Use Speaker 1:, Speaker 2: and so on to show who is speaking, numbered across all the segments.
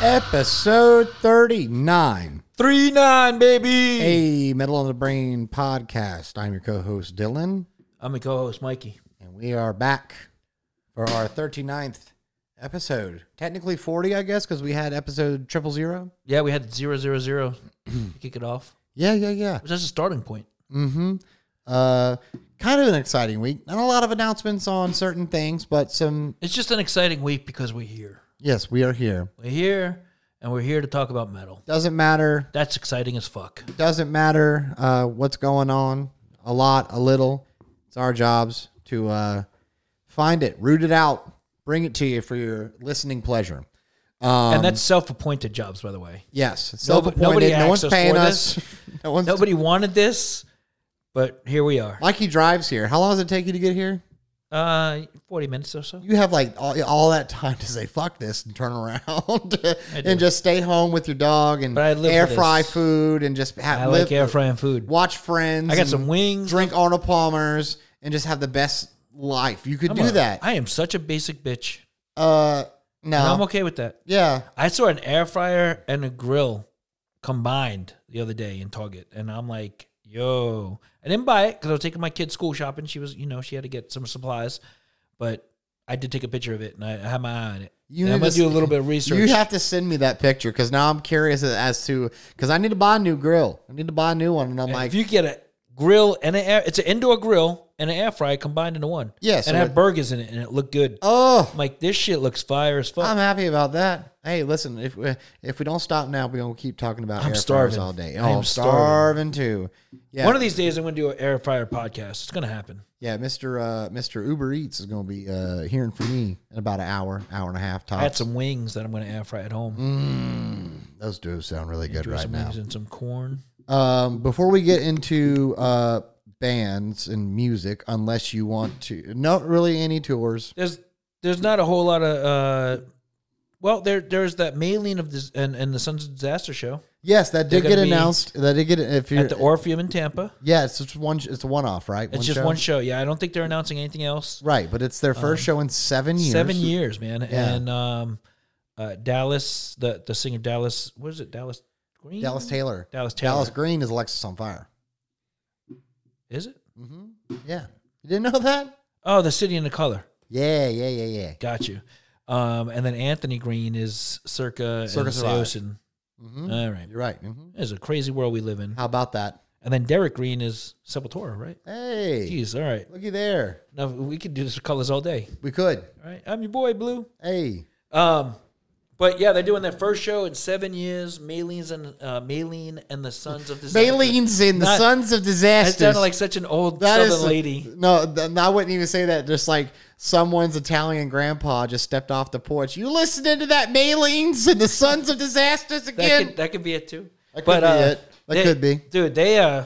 Speaker 1: Episode 39.
Speaker 2: Three nine, baby.
Speaker 1: A Middle of the Brain podcast. I'm your co host, Dylan,
Speaker 2: I'm your co-host Mikey.
Speaker 1: and we are back for our 39th episode. Technically 40, I guess, because we had episode triple zero.
Speaker 2: Yeah, we had zero zero zero to kick it off.
Speaker 1: Yeah, yeah, yeah.
Speaker 2: Which is a starting point.
Speaker 1: Mm-hmm. Uh, kind of an exciting week. Not a lot of announcements on certain things, but some.
Speaker 2: It's just an exciting week because we're here.
Speaker 1: Yes, we are here.
Speaker 2: We're here and we're here to talk about metal.
Speaker 1: Doesn't matter.
Speaker 2: That's exciting as fuck.
Speaker 1: Doesn't matter uh, what's going on. A lot, a little. It's our jobs to uh, find it, root it out, bring it to you for your listening pleasure.
Speaker 2: and that's
Speaker 1: Um,
Speaker 2: self-appointed jobs, by the way.
Speaker 1: Yes,
Speaker 2: Nobody-
Speaker 1: self-appointed.
Speaker 2: nobody
Speaker 1: no
Speaker 2: asked
Speaker 1: one's
Speaker 2: us
Speaker 1: paying
Speaker 2: for
Speaker 1: us. no one's.
Speaker 2: Nobody wanted this, but here we are.
Speaker 1: Mikey drives here. How long does it take you to get here?
Speaker 2: Uh, forty minutes or so.
Speaker 1: you have like all, all that time to say fuck this and turn around
Speaker 2: do.
Speaker 1: and just stay home with your dog and
Speaker 2: But I live
Speaker 1: air
Speaker 2: for
Speaker 1: fry
Speaker 2: this.
Speaker 1: food and just have,
Speaker 2: I
Speaker 1: live,
Speaker 2: like air frying food.
Speaker 1: watch friends.
Speaker 2: I got
Speaker 1: and
Speaker 2: some wings.
Speaker 1: Drink Arnold Palmer's and just have the best life. You could
Speaker 2: I'm
Speaker 1: do
Speaker 2: a-
Speaker 1: that.
Speaker 2: I am such a basic bitch.
Speaker 1: uh, no,
Speaker 2: And I'm okay with that.
Speaker 1: yeah,
Speaker 2: I saw an air fryer and a grill combined the other day in Target, and I'm like, yo, I didn't buy it because I was taking my kid school shopping. She was, you know, she had to get some supplies, but I did take a picture of it and I, I had my eye on it.
Speaker 1: You
Speaker 2: And I'm
Speaker 1: need
Speaker 2: gonna
Speaker 1: to
Speaker 2: do a
Speaker 1: s-
Speaker 2: little bit of research.
Speaker 1: you have to send me that picture because now I'm curious as to because I need to buy a new grill. I need to buy a new one, and I'm like,
Speaker 2: if you get a grill and an air, it's an indoor grill and an air fryer combined into one.
Speaker 1: Yeah, so
Speaker 2: and it had
Speaker 1: it-
Speaker 2: burgers in it, and it looked good.
Speaker 1: oh,
Speaker 2: I'm like, this shit looks fire as fuck.
Speaker 1: I'm happy about that. Hey, listen, if we if we don't stop now, we're gonna keep talking about air fryers
Speaker 2: starving.
Speaker 1: all day.
Speaker 2: I
Speaker 1: Oh,
Speaker 2: am
Speaker 1: starving.
Speaker 2: starving.
Speaker 1: too. Yeah,
Speaker 2: one of these days, I'm gonna do an air fryer podcast. It's gonna happen.
Speaker 1: yeah. Mister uh, Mister Uber Eats is gonna be uh, hearing from me in about an hour, hour and a half.
Speaker 2: I had
Speaker 1: Tops.
Speaker 2: some wings that I'm gonna air fry at home.
Speaker 1: Those do sound really good
Speaker 2: Throw
Speaker 1: Mm, right
Speaker 2: some
Speaker 1: now.
Speaker 2: wings and some corn.
Speaker 1: Um, before we get into uh, bands and music, unless you want to, not really any tours.
Speaker 2: there's there's not a whole lot of uh well there there's that mailing of this and, and the Sons of Disaster show
Speaker 1: Yes, that did
Speaker 2: They're
Speaker 1: get
Speaker 2: gonna be
Speaker 1: announced. That did get if you're.
Speaker 2: at the Orpheum in Tampa.
Speaker 1: yeah, it's just one. It's a one off, right?
Speaker 2: It's just one show. Yeah, I don't think they're announcing anything else.
Speaker 1: Right, but it's their first show in seven years.
Speaker 2: Seven years, man.
Speaker 1: Yeah.
Speaker 2: And um uh Dallas, the the singer Dallas what is it, Dallas Green?
Speaker 1: Dallas Taylor.
Speaker 2: Dallas Taylor.
Speaker 1: Dallas Green is Alexis on Fire.
Speaker 2: Is it?
Speaker 1: Yeah, you didn't know that?
Speaker 2: Oh, the city and the color.
Speaker 1: Yeah, yeah, yeah, yeah.
Speaker 2: Got you. Um and then Anthony Green is circa
Speaker 1: Circa
Speaker 2: and
Speaker 1: Survive.
Speaker 2: Seosin.
Speaker 1: Mhm.
Speaker 2: All right.
Speaker 1: You're right. hmm
Speaker 2: It's a crazy world we live in.
Speaker 1: How about that?
Speaker 2: And then Derek Green is Sepultura, right?
Speaker 1: Hey,
Speaker 2: Jeez, all right.
Speaker 1: looky there.
Speaker 2: Now we could do this with colors all day.
Speaker 1: We could.
Speaker 2: All right, I'm your boy, Blue.
Speaker 1: Hey,
Speaker 2: Um, but yeah, they're doing their first show in seven years. Maline's and uh, Maline and the Sons of Disaster.
Speaker 1: Baleens in the
Speaker 2: Not-
Speaker 1: Sons of
Speaker 2: I
Speaker 1: Disaster.
Speaker 2: sounded like such an old
Speaker 1: That
Speaker 2: southern
Speaker 1: is
Speaker 2: lady.
Speaker 1: No, th- I wouldn't even say that. Just like someone's Italian grandpa just stepped off the porch. You listening to that Malines and the Sons of Disasters
Speaker 2: That
Speaker 1: again?
Speaker 2: could, that could be it too. uh,
Speaker 1: That could be it. That
Speaker 2: they-
Speaker 1: could be.
Speaker 2: dude. They uh,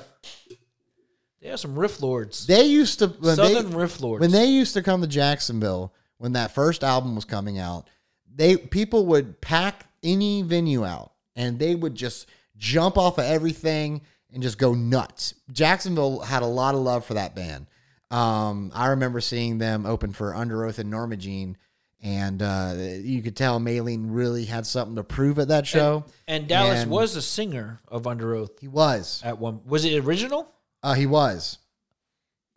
Speaker 2: they are some riff lords.
Speaker 1: they used to when they,
Speaker 2: southern riff lords.
Speaker 1: when they used to come to Jacksonville when that first album was coming out. They people would pack any venue out and they would just jump off of everything and just go nuts. Jacksonville had a lot of love for that band. Um, I remember seeing them open for Under Oath and Norma Jean, and uh, you could tell Maylene really had something to prove at that show.
Speaker 2: and Dallas
Speaker 1: and-
Speaker 2: was a singer of Under Oath
Speaker 1: he was,
Speaker 2: at one. Was it original?
Speaker 1: uh, he was.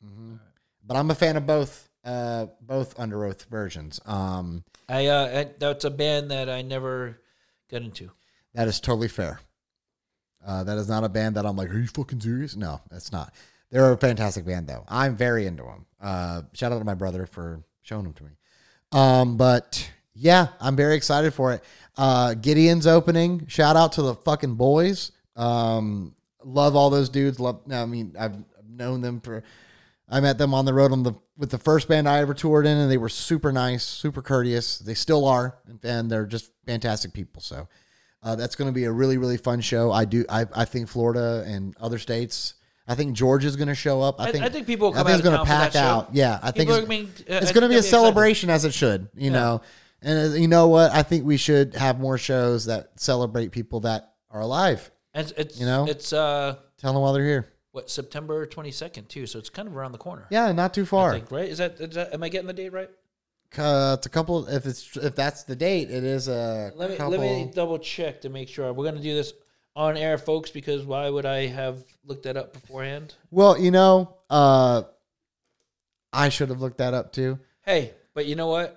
Speaker 1: Mhm. But I'm a fan of both, uh, both Under Oath versions. Um,
Speaker 2: I uh, I- that's a band that I never got into.
Speaker 1: That is totally fair. Uh, that is not a band that I'm like, are you fucking serious? No, that's not. They're a fantastic band though. I'm very into them. Uh, shout out to my brother for showing them to me. Um, but yeah, I'm very excited for it. Uh, Gideon's opening. Shout out to the fucking boys. Um, love all those dudes. Love. I mean, I've known them for. I met them on the road on the with the first band I ever toured in, and they were super nice, super courteous. They still are, and they're just fantastic people. So uh, that's going to be a really really fun show. I do. I, I think Florida and other states. I think Georgia's going to show up. I
Speaker 2: I-
Speaker 1: think
Speaker 2: I think people will come
Speaker 1: I think
Speaker 2: out
Speaker 1: it's
Speaker 2: of
Speaker 1: gonna
Speaker 2: town for
Speaker 1: pack
Speaker 2: that show.
Speaker 1: out. Yeah, I think
Speaker 2: People
Speaker 1: it's,
Speaker 2: are gonna be- uh, I
Speaker 1: it's going to
Speaker 2: think
Speaker 1: be
Speaker 2: they'll
Speaker 1: a
Speaker 2: be excited.
Speaker 1: celebration as it should. You know, and uh, you know what? I think we should have more shows that celebrate people that are alive.
Speaker 2: It's, it's
Speaker 1: You know?
Speaker 2: it's uh
Speaker 1: Tell them while they're here.
Speaker 2: what September twenty second too, so it's kind of around the corner.
Speaker 1: Yeah, not too far.
Speaker 2: Like, right? Is that, is that am I getting the date right?
Speaker 1: Uh, it's a couple. If it's if that's the date, it is a
Speaker 2: Let me
Speaker 1: couple.
Speaker 2: let me double check to make sure we're gonna do this on air, folks. Because why would I have looked that up beforehand?
Speaker 1: Well, you know, uh, I should have looked that up too.
Speaker 2: Hey, but you know what?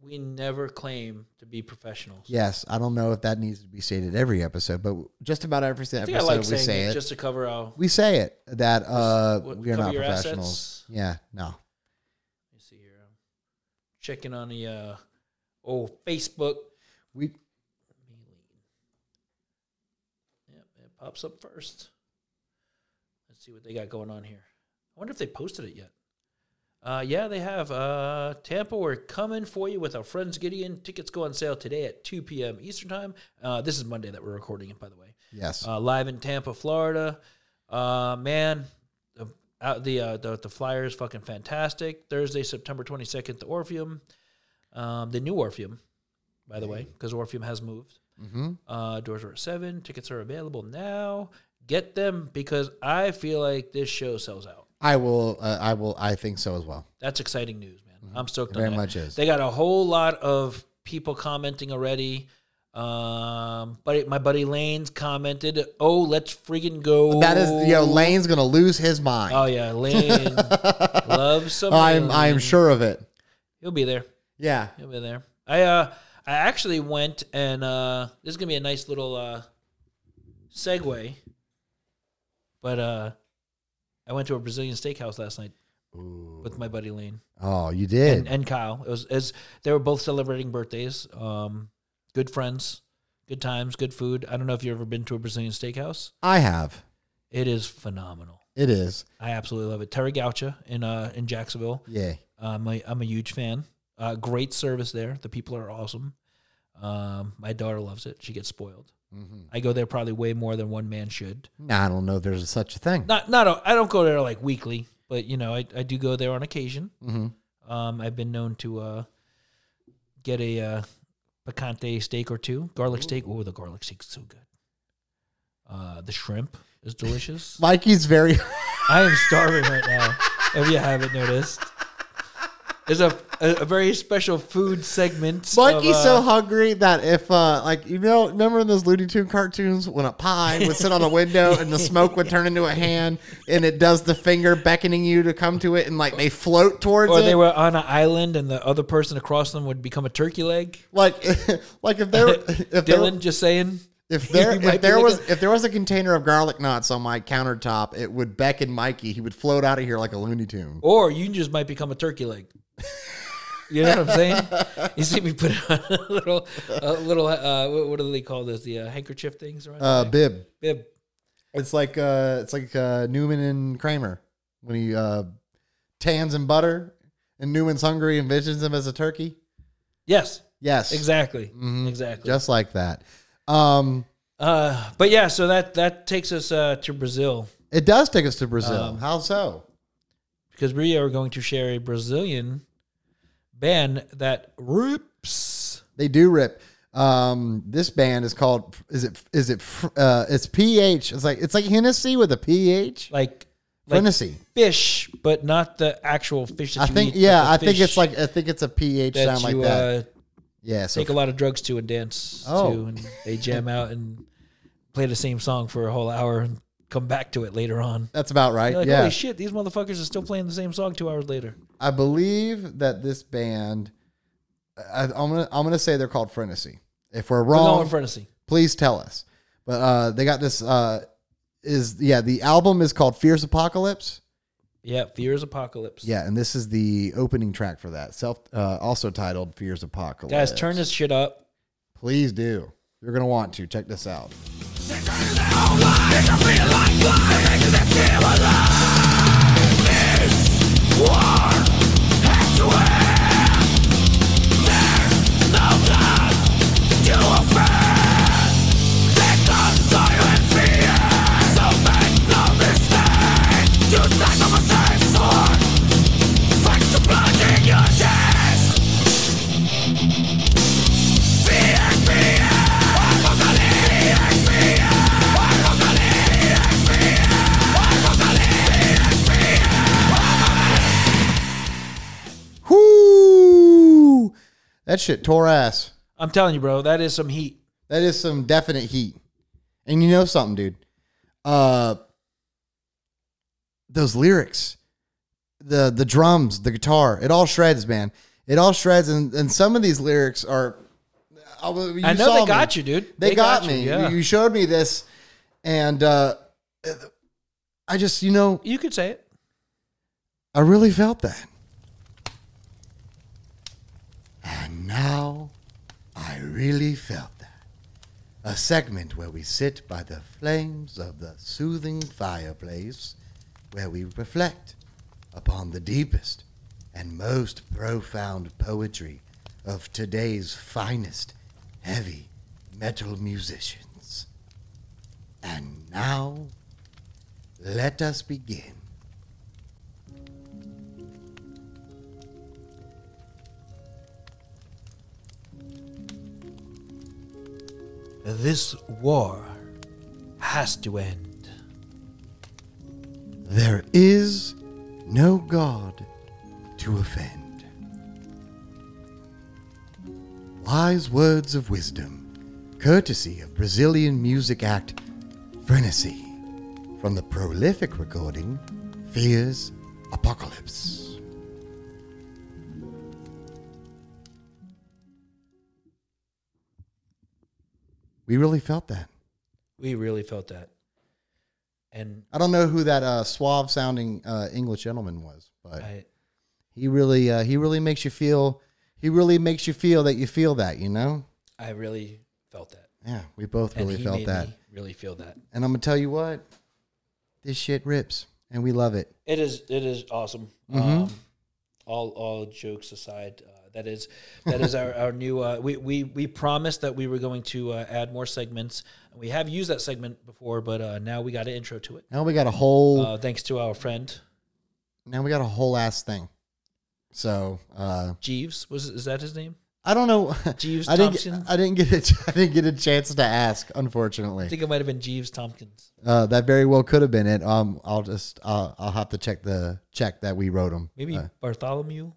Speaker 2: We never claim to be professionals.
Speaker 1: Yes, I don't know if that needs to be stated every episode, but just about every
Speaker 2: I
Speaker 1: episode
Speaker 2: think I like
Speaker 1: we
Speaker 2: saying
Speaker 1: say
Speaker 2: it,
Speaker 1: it.
Speaker 2: just to cover our.
Speaker 1: we say it that uh,
Speaker 2: what-
Speaker 1: we are
Speaker 2: cover
Speaker 1: not
Speaker 2: your
Speaker 1: professionals.
Speaker 2: assets.
Speaker 1: Yeah, no.
Speaker 2: Let me see here. I'm checking on the uh, old Facebook.
Speaker 1: We
Speaker 2: Yep, it pops up first. Let's see what they got going on here. I wonder if they posted it yet. Uh, yeah, they have. Uh, Tampa, we're coming for you with our friends Gideon. Tickets go on sale today at 2 p.m. Eastern Time. Uh, this is Monday that we're recording it, by the way.
Speaker 1: yes.
Speaker 2: Uh, live in Tampa, Florida. Uh, man, the out the, uh, the the flyer is fucking fantastic. Thursday, September 22nd, the Orpheum, um, the new Orpheum, by the way, because Orpheum has moved.
Speaker 1: mm-hmm.
Speaker 2: Uh, doors are at seven. Tickets are available now. Get them because I feel like this show sells out.
Speaker 1: I will. Uh, I will. I think so as well.
Speaker 2: That's exciting news, man. I'm stoked
Speaker 1: Mm-hmm. It
Speaker 2: on
Speaker 1: very
Speaker 2: that.
Speaker 1: much is.
Speaker 2: They got a whole lot of people commenting already. Um, but my buddy Lane's commented, "Oh, let's friggin' go."
Speaker 1: That is, you know, Lane's gonna lose his mind. Oh,
Speaker 2: Oh yeah, Lane loves some.
Speaker 1: I'm. I'm sure of it.
Speaker 2: he'll be there.
Speaker 1: Yeah.
Speaker 2: He'll be there. I uh, I actually went and uh, this is gonna be a nice little uh, segue. But uh, I went to a Brazilian steakhouse last night with my buddy Lane
Speaker 1: Oh, you did.
Speaker 2: and, and Kyle. It was as they were both celebrating birthdays. Um, good friends, good times, good food. I don't know if you've ever been to a Brazilian steakhouse.
Speaker 1: I have.
Speaker 2: It is phenomenal.
Speaker 1: It is.
Speaker 2: I absolutely love it. Terry Gaucha in uh in Jacksonville.
Speaker 1: Yeah.
Speaker 2: Um, I, I'm a huge fan. Uh, great service there. The people are awesome. Um, my daughter loves it. She gets spoiled.
Speaker 1: Mm-hmm.
Speaker 2: I go there probably way more than one man should.
Speaker 1: Nah, I don't know if there's such a thing.
Speaker 2: Not not a, I don't go there like weekly, but you know I, I do go there on occasion.
Speaker 1: Mm-hmm.
Speaker 2: Um, I've been known to uh, get a uh, picante steak or two, garlic steak. Oh, the garlic steak's so good. Uh, the shrimp is delicious.
Speaker 1: Mikey's very.
Speaker 2: I am starving right now. If you haven't noticed, there's a a, a very special food segment.
Speaker 1: Mikey's
Speaker 2: of,
Speaker 1: so
Speaker 2: uh,
Speaker 1: hungry that if, uh, like, you know, remember in those Looney Tune cartoons when a pie would sit on a window and the smoke would turn into a hand and it does the finger beckoning you to come to it and, like, they float towards
Speaker 2: or
Speaker 1: it?
Speaker 2: they were on an island, and the other person across them would become a turkey leg.
Speaker 1: like, like if there, if there,
Speaker 2: Dylan, just saying.
Speaker 1: if there,
Speaker 2: You might
Speaker 1: if
Speaker 2: be
Speaker 1: there
Speaker 2: like
Speaker 1: was,
Speaker 2: a-
Speaker 1: if there was a container of garlic knots on my countertop, it would beckon Mikey. He would float out of here like a Looney Tune.
Speaker 2: Or you just might become a turkey leg. You know what I'm saying? You see me put on a little, a little. Uh, what, what do they call those? The uh, handkerchief things around.
Speaker 1: Uh,
Speaker 2: the
Speaker 1: bib.
Speaker 2: neck? bib.
Speaker 1: It's like uh, it's like uh, Newman and Kramer when he uh, tans and butter, and Newman's hungry and visions him as a turkey.
Speaker 2: Yes,
Speaker 1: Yes,
Speaker 2: exactly,
Speaker 1: Mhm.
Speaker 2: exactly.
Speaker 1: Just like that. Um,
Speaker 2: uh, but yeah, so that that takes us uh, to Brazil
Speaker 1: it does take us to Brazil.
Speaker 2: Um,
Speaker 1: How so?
Speaker 2: because we are going to share a Brazilian band that rips.
Speaker 1: They do rip. Um, this band is called. Is it? Is it? fr- Uh, it's pH. It's like it's like Hennessy with a pH.
Speaker 2: like like
Speaker 1: Hennessy.
Speaker 2: fish, but not the actual fish. That
Speaker 1: I
Speaker 2: you
Speaker 1: think.
Speaker 2: eat, but
Speaker 1: Yeah,
Speaker 2: the
Speaker 1: I think
Speaker 2: fish
Speaker 1: it's like I think it's a pH
Speaker 2: that
Speaker 1: sound
Speaker 2: you
Speaker 1: like that.
Speaker 2: Uh,
Speaker 1: yeah. So
Speaker 2: take a lot of drugs to and dance
Speaker 1: Oh.
Speaker 2: to, and they jam out and play the same song for a whole hour and come back to it later on.
Speaker 1: that's about right.
Speaker 2: You're like,
Speaker 1: yeah.
Speaker 2: holy shit, these motherfuckers are still playing the same song two hours later.
Speaker 1: I believe that this band, I, I'm gonna I'm gonna say they're called Frenesy. If we're
Speaker 2: We're
Speaker 1: wrong,
Speaker 2: going Frenesy.
Speaker 1: please tell us. But uh, they got this. Uh, is yeah, the album is called Fierce Apocalypse.
Speaker 2: Yeah, Fear's Apocalypse.
Speaker 1: Yeah, and this is the opening track for that. Self uh, also titled Fierce Apocalypse.
Speaker 2: Guys, turn this shit up.
Speaker 1: Please do. You're gonna want to check this out. That shit tore ass.
Speaker 2: I'm telling you, bro, that is some heat.
Speaker 1: That is some definite heat. And you know something, dude. Uh those lyrics, the the drums, the guitar, it all shreds, man. It all shreds and, and some of these lyrics are I, was- you
Speaker 2: I know
Speaker 1: saw
Speaker 2: they
Speaker 1: me.
Speaker 2: got you, dude.
Speaker 1: They, got,
Speaker 2: you,
Speaker 1: me.
Speaker 2: yeah.
Speaker 1: You you showed me this and uh I just, you know,
Speaker 2: you could say it.
Speaker 1: I really felt that. And now I really felt that. A segment where we sit by the flames of the soothing fireplace, where we reflect upon the deepest and most profound poetry of today's finest heavy metal musicians. And now, let us begin.
Speaker 2: This war has to end.
Speaker 1: There is no God to offend. Wise words of wisdom, courtesy of Brazilian music act Frenesy, from the prolific recording Fears Apocalypse. We really felt that.
Speaker 2: We really felt that. And
Speaker 1: I don't know who that uh, suave sounding uh, English gentleman was, but
Speaker 2: I,
Speaker 1: he really uh, he really makes you feel he really makes you feel that you feel that you know
Speaker 2: I really felt that.
Speaker 1: yeah we both
Speaker 2: And
Speaker 1: really
Speaker 2: he
Speaker 1: felt
Speaker 2: made
Speaker 1: that
Speaker 2: me really feel that.
Speaker 1: and i'm gonna tell you what this shit rips and we love it
Speaker 2: It is. It is awesome.
Speaker 1: Mm-hmm.
Speaker 2: Um, all all jokes aside, uh, that is that is our our new. Uh, we we we promised that we were going to uh, add more segments. We have used that segment before, but uh, now we got an intro to it.
Speaker 1: now we got a whole
Speaker 2: Uh, thanks to our friend
Speaker 1: now we got a whole ass thing so uh
Speaker 2: Jeeves. Was is that his name?
Speaker 1: i don't know
Speaker 2: Jeeves
Speaker 1: i didn't
Speaker 2: Thompson?
Speaker 1: i didn't get it i didn't get a chance to ask unfortunately
Speaker 2: I think it might have been Jeeves Tompkins.
Speaker 1: uh that very well could have been it um i'll just uh, i'll have to check the check that we wrote him
Speaker 2: Maybe Bartholomew.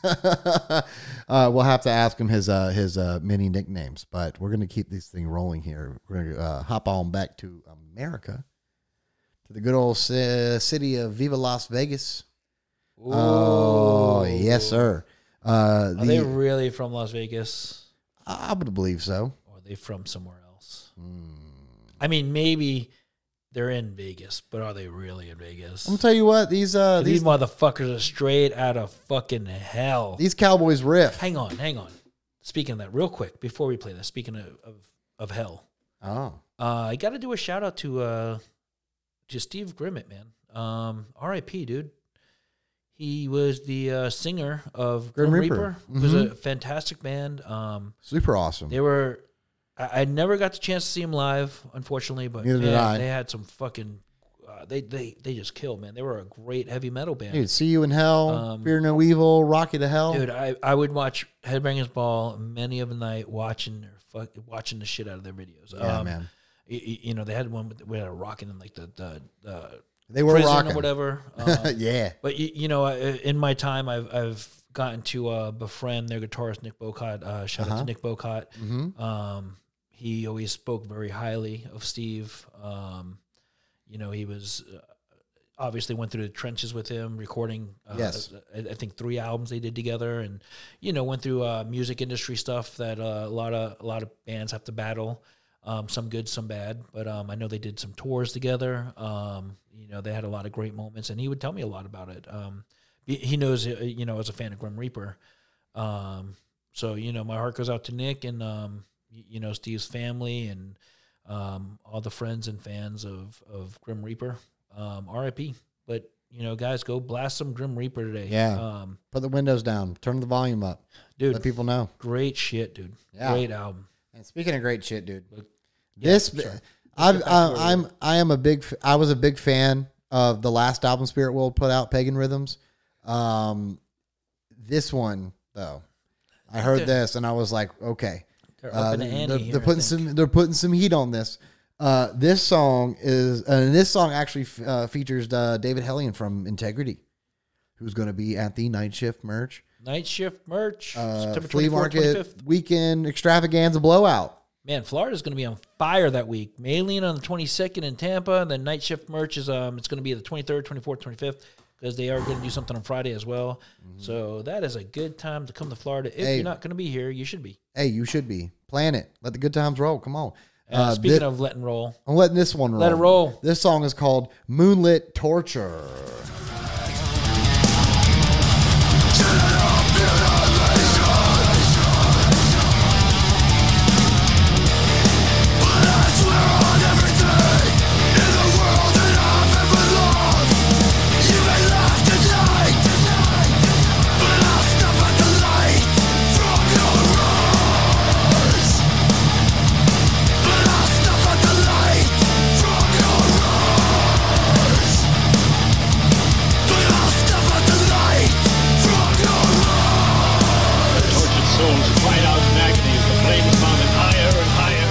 Speaker 1: uh, we'll have to ask him his uh, his uh, many nicknames, but we're gonna keep this thing rolling here. We're gonna uh, hop on back to America, to the good old ci- city of Viva Las Vegas. Oh, yes, sir. Uh,
Speaker 2: Are they
Speaker 1: the,
Speaker 2: really from Las Vegas,
Speaker 1: I I would believe so.
Speaker 2: or are they from somewhere else?
Speaker 1: Hmm.
Speaker 2: I mean, maybe they're in Vegas, but are they really in Vegas?
Speaker 1: I'm tell you what these uh,
Speaker 2: These,
Speaker 1: these
Speaker 2: motherfuckers are straight out of fucking hell.
Speaker 1: these Cowboys riff.
Speaker 2: hang on, hang on. Speaking of that, real quick, before we play this, speaking of, of, of hell,
Speaker 1: Oh,
Speaker 2: uh, I got to do a shout out to uh, to Steve Grimmett, man. Um, R.I.P., dude. He was the uh, singer of Grim,
Speaker 1: Grim
Speaker 2: Reaper.
Speaker 1: Reaper. Mm-hmm.
Speaker 2: It was a fantastic band. Um,
Speaker 1: super awesome.
Speaker 2: they were. I, I never got the chance to see him live, unfortunately, but
Speaker 1: Neither did
Speaker 2: man,
Speaker 1: I.
Speaker 2: they had some fucking. Uh, they they they just killed, man. They were a great heavy metal band.
Speaker 1: Dude, see you in hell.
Speaker 2: Um,
Speaker 1: Fear no evil. Rocky to hell.
Speaker 2: Dude, I, I would watch Headbangers Ball many of the night watching their fuck, watching the shit out of their videos.
Speaker 1: yeah,
Speaker 2: um,
Speaker 1: man.
Speaker 2: y- y- You, know, they had one with we had a rock in them, like the the, the
Speaker 1: They were
Speaker 2: prison or
Speaker 1: rocking.
Speaker 2: whatever. Um,
Speaker 1: yeah.
Speaker 2: but you, you know, I- in my time, I've I've gotten to uh, befriend their guitarist Nick Bocott. Uh, shout
Speaker 1: Uh-huh.
Speaker 2: out to Nick Bocott.
Speaker 1: hmm
Speaker 2: Um, he always spoke very highly of Steve. Um, you know, he was uh, obviously went through the trenches with him, recording. Uh,
Speaker 1: Yes.
Speaker 2: I, I think three albums they did together, and you know, went through uh, music industry stuff that uh, a lot of a lot of bands have to battle. Um, some good, some bad, but um, I know they did some tours together. Um, you know, they had a lot of great moments, and he would tell me a lot about it. Um, he- he knows, uh, you know, as a fan of Grim Reaper, um, so you know, my heart goes out to Nick and um, y- you know Steve's family and um, all the friends and fans of of Grim Reaper. Um, R.I.P. But you know, guys, go blast some Grim Reaper today.
Speaker 1: Yeah.
Speaker 2: um,
Speaker 1: Put the windows down. Turn the volume up. Let
Speaker 2: dude,
Speaker 1: people know.
Speaker 2: great shit, dude.
Speaker 1: Yeah.
Speaker 2: Great album.
Speaker 1: And speaking of great shit, dude,
Speaker 2: Look-
Speaker 1: this
Speaker 2: Yeah, sorry.
Speaker 1: I've,
Speaker 2: Get back to where
Speaker 1: I, I'm I am a big f- I was a big fan of the last album Spirit World put out, Pagan Rhythms. Um, this one though, I heard
Speaker 2: They're-
Speaker 1: this and I was like, okay,
Speaker 2: They're
Speaker 1: uh,
Speaker 2: up in the
Speaker 1: they're,
Speaker 2: ante here,
Speaker 1: they're
Speaker 2: I
Speaker 1: putting
Speaker 2: think.
Speaker 1: some they're putting some heat on this. Uh, this song is and this song actually uh, f- uh, features uh, David Hellion from Integrity, who's going to be at the night shift merch.
Speaker 2: Night shift merch.
Speaker 1: Uh,
Speaker 2: September
Speaker 1: flea
Speaker 2: 24th,
Speaker 1: market
Speaker 2: 25th.
Speaker 1: weekend extravaganza blowout.
Speaker 2: Man, Florida's going to be on fire that week. Maylene on the 22nd in Tampa, and then night shift merch is um it's going to be the 23rd, 24th, 25th because they are going to do something on Friday as well. So that is a good time to come to Florida. If
Speaker 1: Mm-hmm. Hey.
Speaker 2: you're not going to be here, you should be.
Speaker 1: Hey, you should be. Plan it. Let the good times roll. Come on.
Speaker 2: Uh,
Speaker 1: Uh,
Speaker 2: speaking
Speaker 1: thi-
Speaker 2: of letting roll,
Speaker 1: I'm letting this one roll.
Speaker 2: Let it roll.
Speaker 1: This song is called Moonlit Torture.
Speaker 3: Tortured souls cried out in agony as the flames mounted higher and higher.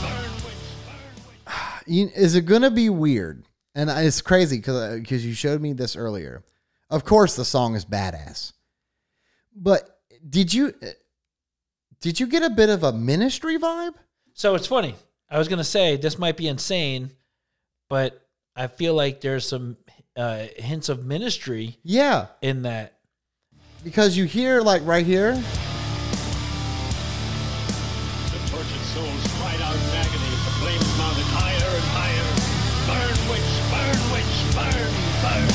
Speaker 3: Burn, witch, burn, witch.
Speaker 1: You- Is it gonna be weird? And I- it's crazy because because you showed me this earlier. Of course, the song is badass. But did you uh, did you get a bit of a ministry vibe?
Speaker 2: so it's funny. I was going to say this might be insane, but I feel like there's some uh, hints of ministry
Speaker 1: Yeah,
Speaker 2: in that.
Speaker 1: because you hear like right here.
Speaker 3: The tortured souls cried out in agony as the flames mounted higher and higher. Burn, witch, burn, witch, burn, burn.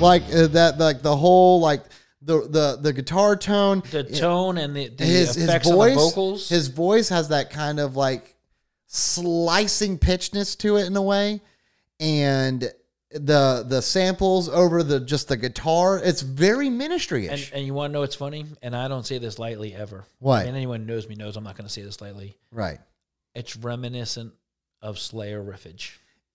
Speaker 1: like uh, that like the whole like the the the guitar tone
Speaker 2: The tone and the, the
Speaker 1: his his
Speaker 2: effects
Speaker 1: voice
Speaker 2: on the vocals.
Speaker 1: his voice has that kind of like slicing pitchness to it in a way and the the samples over the just the guitar it's very ministry-ish
Speaker 2: And, and you want to know what's funny? And I don't say this lightly ever.
Speaker 1: What?
Speaker 2: And anyone who knows me knows I'm not going to say this lightly.
Speaker 1: right
Speaker 2: It's reminiscent of Slayer riffage.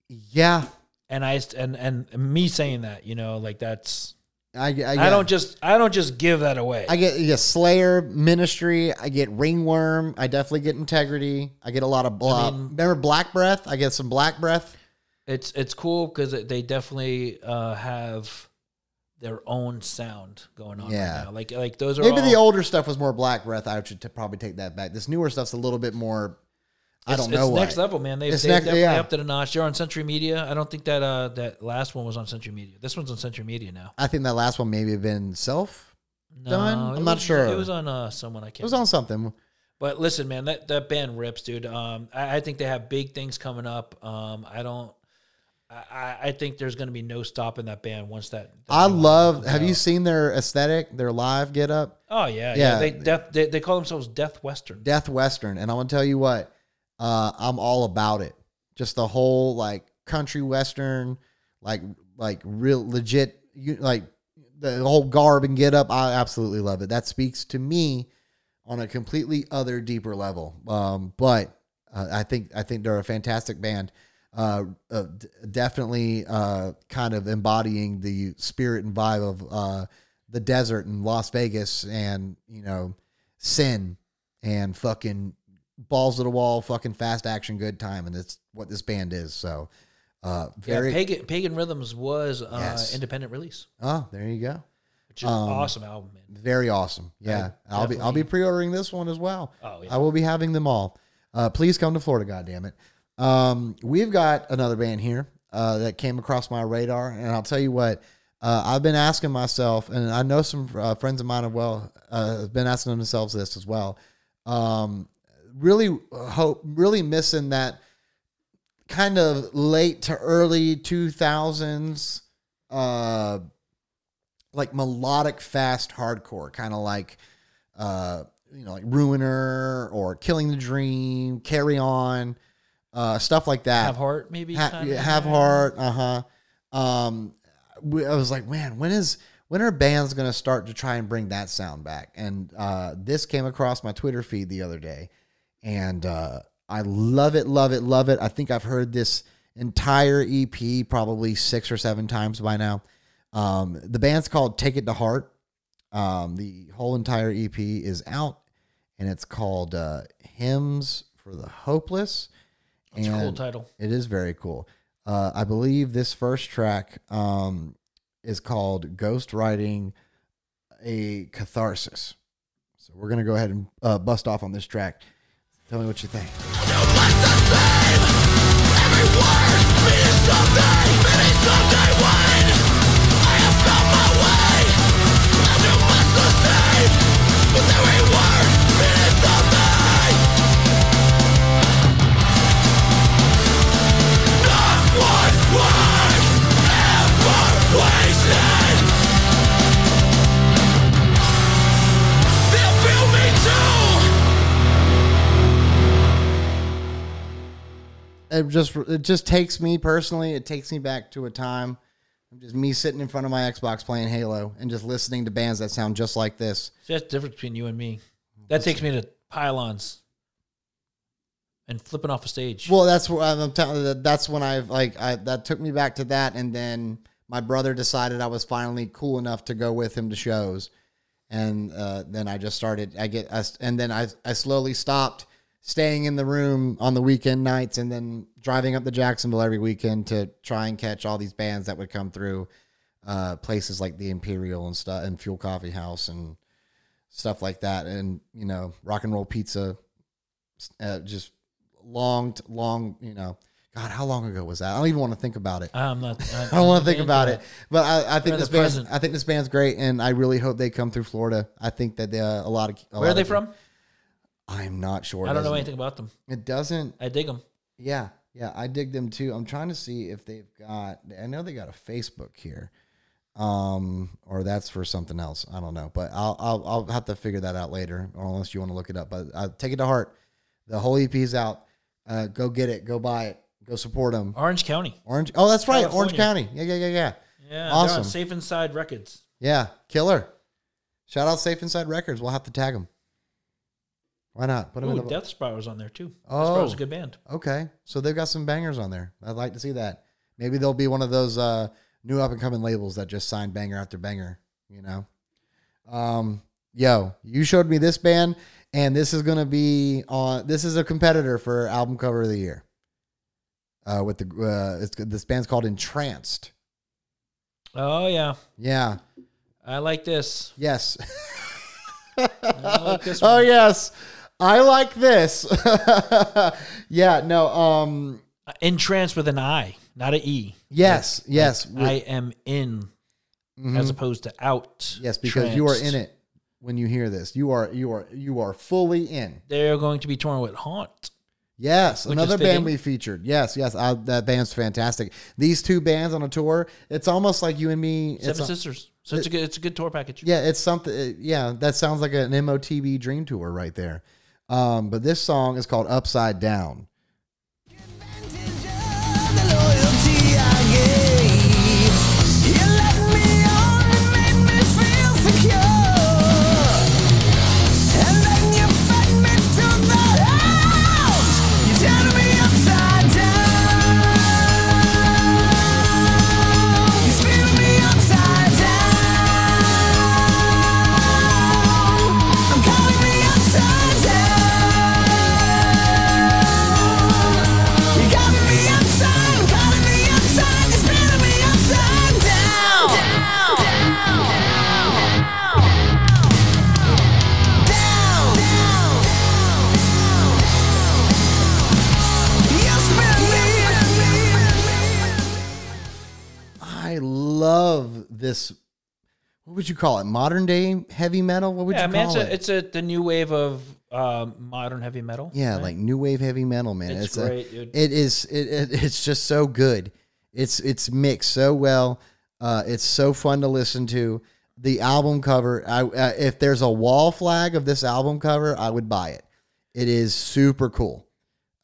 Speaker 1: yeah
Speaker 2: And I and and me saying that, you know, like that's
Speaker 1: i, I,
Speaker 2: I
Speaker 1: yeah.
Speaker 2: don't just I don't just give that away.
Speaker 1: I get yeah, Slayer, Ministry. I get Ringworm. I definitely get Integrity. I get a lot of blah.
Speaker 2: mean-
Speaker 1: remember Black Breath? I get some Black Breath.
Speaker 2: it's it's cool because they definitely uh, have their own sound going on
Speaker 1: Yeah.
Speaker 2: right now. Like like those are
Speaker 1: Maybe
Speaker 2: all,
Speaker 1: the older stuff was more Black Breath. I should t- probably take that back. This newer stuff's a little bit more. I
Speaker 2: it's-
Speaker 1: don't know
Speaker 2: It's
Speaker 1: what.
Speaker 2: next level, man. They've,
Speaker 1: It's
Speaker 2: they've
Speaker 1: next-
Speaker 2: definitely
Speaker 1: yeah.
Speaker 2: upped it a notch. They're on Century Media. I don't think that uh that last one was on Century Media. This one's on Century Media now.
Speaker 1: I think that last one maybe have been self.
Speaker 2: No,
Speaker 1: done?
Speaker 2: it
Speaker 1: I'm not
Speaker 2: was-
Speaker 1: sure.
Speaker 2: It was on uh, someone I can't.
Speaker 1: It was on something.
Speaker 2: But listen, man, that, that band rips, dude. Um, I, I think they have big things coming up. Um, I don't. I- I, I think there's going to be no stopping that band once that. that
Speaker 1: I
Speaker 2: new album
Speaker 1: love.
Speaker 2: comes
Speaker 1: Have you
Speaker 2: out.
Speaker 1: seen their aesthetic? Their live get up,
Speaker 2: Oh yeah, yeah.
Speaker 1: Yeah.
Speaker 2: They, death, they they call themselves Death Western.
Speaker 1: Death Western, and I want to tell you what. Uh, I'm all about it. Just the whole like country western, like like real legit. You like the whole garb and get up. I absolutely love it. That speaks to me on a completely other, deeper level. Um, but uh, I think I think they're a fantastic band. Uh, uh, d- definitely uh, kind of embodying the spirit and vibe of uh, the desert and Las Vegas and you know sin and fucking balls to the wall, fucking fast action, good time, and that's what this band is. So uh, very
Speaker 2: yeah, Pagan Pagan Rhythms was uh,
Speaker 1: Yes. Um,
Speaker 2: independent release,
Speaker 1: oh, there you go.
Speaker 2: which is an awesome album, man.
Speaker 1: Very awesome. Yeah. I'll be I'll be pre-ordering this one as well.
Speaker 2: Oh, yeah.
Speaker 1: I will be having them all. Uh, please come to Florida, God damn it. Um, we've got another band here uh, that came across my radar, and I'll tell you what. Uh, I've been asking myself, and I know some uh, friends of mine have well uh, have been asking themselves this as well. Um, really hope, really missing that kind of late to early two thousands uh, like melodic fast hardcore, kind of like uh, you know, like Ruiner or Killing the Dream, Carry On, uh, stuff like that.
Speaker 2: Have Heart, maybe.
Speaker 1: Ha-
Speaker 2: kinda?
Speaker 1: yeah, have heart. Uh huh. Um, we, I was like, man, when is when are bands gonna start to try and bring that sound back? And uh, this came across my Twitter feed the other day, and uh, I love it, love it, love it. I think I've heard this entire EP probably six or seven times by now. Um, the band's called Take It to Heart. Um, the whole entire EP is out, and it's called uh, Hymns for the Hopeless.
Speaker 2: That's a cool
Speaker 1: And-
Speaker 2: title.
Speaker 1: it is very cool. Uh, I believe this first track um, is called Ghost Writing a Catharsis. So we're going to go ahead and uh, bust off on this track. Tell me what you think.
Speaker 4: They'll feel me too!
Speaker 1: it just it just takes me personally. It takes me back to a time. I'm just me sitting in front of my Xbox playing Halo and just listening to bands that sound just like this.
Speaker 2: See, that's the difference between you and me. That takes me to pylons and flipping off a stage.
Speaker 1: Well, that's what I'm telling. that- That's when I've like I that took me back to that, and then my brother decided I was finally cool enough to go with him to shows, and uh, then I just started. I get I, s- and then I I slowly stopped staying in the room on the weekend nights, and then driving up to Jacksonville every weekend to try and catch all these bands that would come through uh, places like the Imperial and stuff, and Fuel Coffee House and stuff like that, and you know Rock and Roll Pizza uh, just long, t- long, you know, God, how long ago was that? I don't even want to think about it.
Speaker 2: I'm not. I,
Speaker 1: I don't want to think about it. But I, I
Speaker 2: We're
Speaker 1: think
Speaker 2: in
Speaker 1: this
Speaker 2: the
Speaker 1: band,
Speaker 2: present.
Speaker 1: I think this band's great, and I really hope they come through Florida. I think that they, uh, a lot of a
Speaker 2: Where
Speaker 1: lot
Speaker 2: are they
Speaker 1: of-
Speaker 2: from?
Speaker 1: I'm not sure.
Speaker 2: I don't know
Speaker 1: Doesn't-
Speaker 2: anything about them.
Speaker 1: It doesn't.
Speaker 2: I dig them.
Speaker 1: Yeah, yeah, I dig them too. I'm trying to see if they've got. I know they got a Facebook here, um, or that's for something else. I don't know, but I'll I'll, I'll have to figure that out later, or unless you want to look it up. But uh, take it to heart. The whole EP's out. Uh, go get it. Go buy it. Go support them.
Speaker 2: Orange County.
Speaker 1: Orange. Oh, that's right. Orange
Speaker 2: California.
Speaker 1: County. Yeah, yeah, yeah, yeah.
Speaker 2: Yeah, they're
Speaker 1: Awesome.
Speaker 2: on Safe Inside Records.
Speaker 1: Yeah, killer. Shout out Safe Inside Records. We'll have to tag them. Why not? Put them
Speaker 2: Ooh,
Speaker 1: in the
Speaker 2: Death Spiral was on there too. Death
Speaker 1: Oh.
Speaker 2: Spiral's a good band.
Speaker 1: Okay, so they've got some bangers on there. I'd like to see that. Maybe they'll be one of those uh, new up and coming labels that just sign banger after banger. You know, um, yo, you showed me this band, and this is gonna be on. This is a competitor for album cover of the year. Uh, with the uh, it's this band's called Entranced.
Speaker 2: Oh yeah,
Speaker 1: Yeah.
Speaker 2: I like this.
Speaker 1: Yes.
Speaker 2: like this
Speaker 1: oh
Speaker 2: one.
Speaker 1: yes, I like this. yeah. No. Um.
Speaker 2: Entrance with an I, not an E.
Speaker 1: Yes. Yes. with- Mm-hmm.
Speaker 2: I am in, as opposed to out.
Speaker 1: Yes, because you are in
Speaker 2: tranced.
Speaker 1: it when you hear this. You are you are you are fully in.
Speaker 2: They're going to be touring with Haunt.
Speaker 1: Yes,
Speaker 2: Which
Speaker 1: another
Speaker 2: is fitting.
Speaker 1: band we featured. Yes, yes, I, that band's fantastic. These two bands on a tour, it's almost like you and me. It's
Speaker 2: Seven
Speaker 1: a-
Speaker 2: Sisters. So it's a good, it's a good tour package.
Speaker 1: yeah, it's something. it- Yeah, that sounds like an MOTB dream tour right there. Um, but this song is called Upside Down.
Speaker 4: I'm calling me upside down. You got me upside, calling me upside, it's spinning me upside down. Down, down, down, down.
Speaker 1: I love this. What would you call it? Modern day heavy metal? What would
Speaker 2: yeah,
Speaker 1: you
Speaker 2: man, it's
Speaker 1: call it?
Speaker 2: a, it's a the new wave of um, modern heavy metal.
Speaker 1: Yeah,
Speaker 2: right?
Speaker 1: like new wave heavy metal, man.
Speaker 2: It's
Speaker 1: a-
Speaker 2: great, dude.
Speaker 1: It is. It, it it's just so good. It's it's mixed so well. Uh, it's so fun to listen to. The album cover. I uh, if there's a wall flag of this album cover, I would buy it. It is super cool.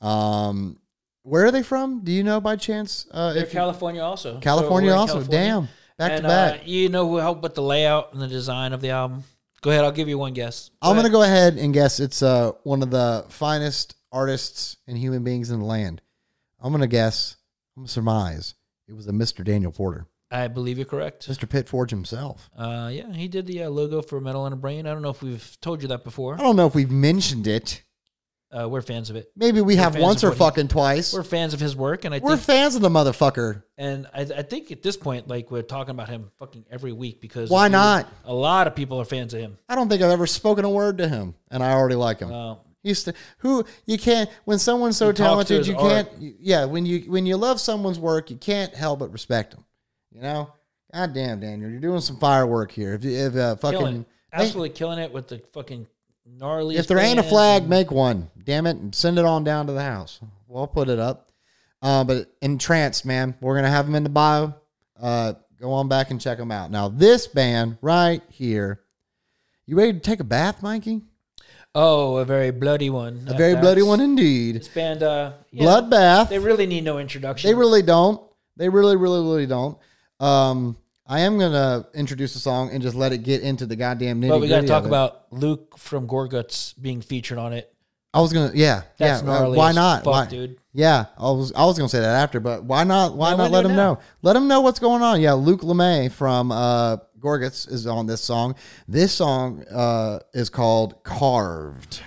Speaker 1: Um, where are they from? Do you know by chance? Uh,
Speaker 2: They're
Speaker 1: if you-
Speaker 2: California also. So
Speaker 1: California
Speaker 2: we're in
Speaker 1: also. Damn, back
Speaker 2: and,
Speaker 1: to back.
Speaker 2: Uh, you know who helped with the layout and the design of the album? Go ahead, I'll give you one guess.
Speaker 1: I'm gonna go ahead and guess it's uh one of the finest artists and human beings in the land. I'm gonna guess. I'm gonna surmise it was a Mr. Daniel Porter,
Speaker 2: I believe you're correct.
Speaker 1: Mr. Pit Forge himself.
Speaker 2: Uh, yeah, he did the uh, logo for Metal and a Brain. I don't know if we've told you that before.
Speaker 1: I don't know if we've mentioned it.
Speaker 2: Uh, we're fans of it.
Speaker 1: Maybe we have
Speaker 2: fans
Speaker 1: once
Speaker 2: of
Speaker 1: or
Speaker 2: what he-
Speaker 1: fucking twice.
Speaker 2: We're
Speaker 1: We're,
Speaker 2: fans of his work, and I think
Speaker 1: fans of the motherfucker.
Speaker 2: and I, I think at this point, like we're talking about him fucking every week because
Speaker 1: Why
Speaker 2: he-
Speaker 1: not?
Speaker 2: A lot of people are fans of him. Um,
Speaker 1: I don't think I've ever spoken a word to him, and I already like him.
Speaker 2: Well,
Speaker 1: He's st- who you can't when someone's so
Speaker 2: He talks to
Speaker 1: talented
Speaker 2: his
Speaker 1: you
Speaker 2: art.
Speaker 1: can't you- yeah when you when you love someone's work you can't help but respect them you know god damn Daniel you're doing some firework here if you if uh,
Speaker 2: killing
Speaker 1: fucking
Speaker 2: it. absolutely killing it with the fucking gnarly.
Speaker 1: if there ain't a flag make one damn it and send it on down to the house we'll put it up uh, but entranced man we're gonna have them in the bio uh, go on back and check them out now this band right here you ready to take a bath Mikey
Speaker 2: oh, a very bloody one.
Speaker 1: a very bloody one indeed
Speaker 2: This band, uh, yeah,
Speaker 1: bloodbath
Speaker 2: They really need no introduction.
Speaker 1: They really don't. They really, really, really don't. Um, I am gonna introduce a song and just let it get into the goddamn nitty.
Speaker 2: but we got to
Speaker 1: gritty
Speaker 2: talk
Speaker 1: of it.
Speaker 2: about Luke from Gorguts being featured on it.
Speaker 1: I was gonna, yeah,
Speaker 2: That's
Speaker 1: yeah. uh,
Speaker 2: gnarly
Speaker 1: why
Speaker 2: as
Speaker 1: not,
Speaker 2: fuck,
Speaker 1: why,
Speaker 2: dude.
Speaker 1: Yeah, I was, I was gonna say that after, but why not? Why
Speaker 2: No,
Speaker 1: not
Speaker 2: we
Speaker 1: let
Speaker 2: do
Speaker 1: him
Speaker 2: now.
Speaker 1: know? Let him know what's going on. Yeah, Luke Lemay from uh, Gorguts is on this song. This song uh, is called "Carved."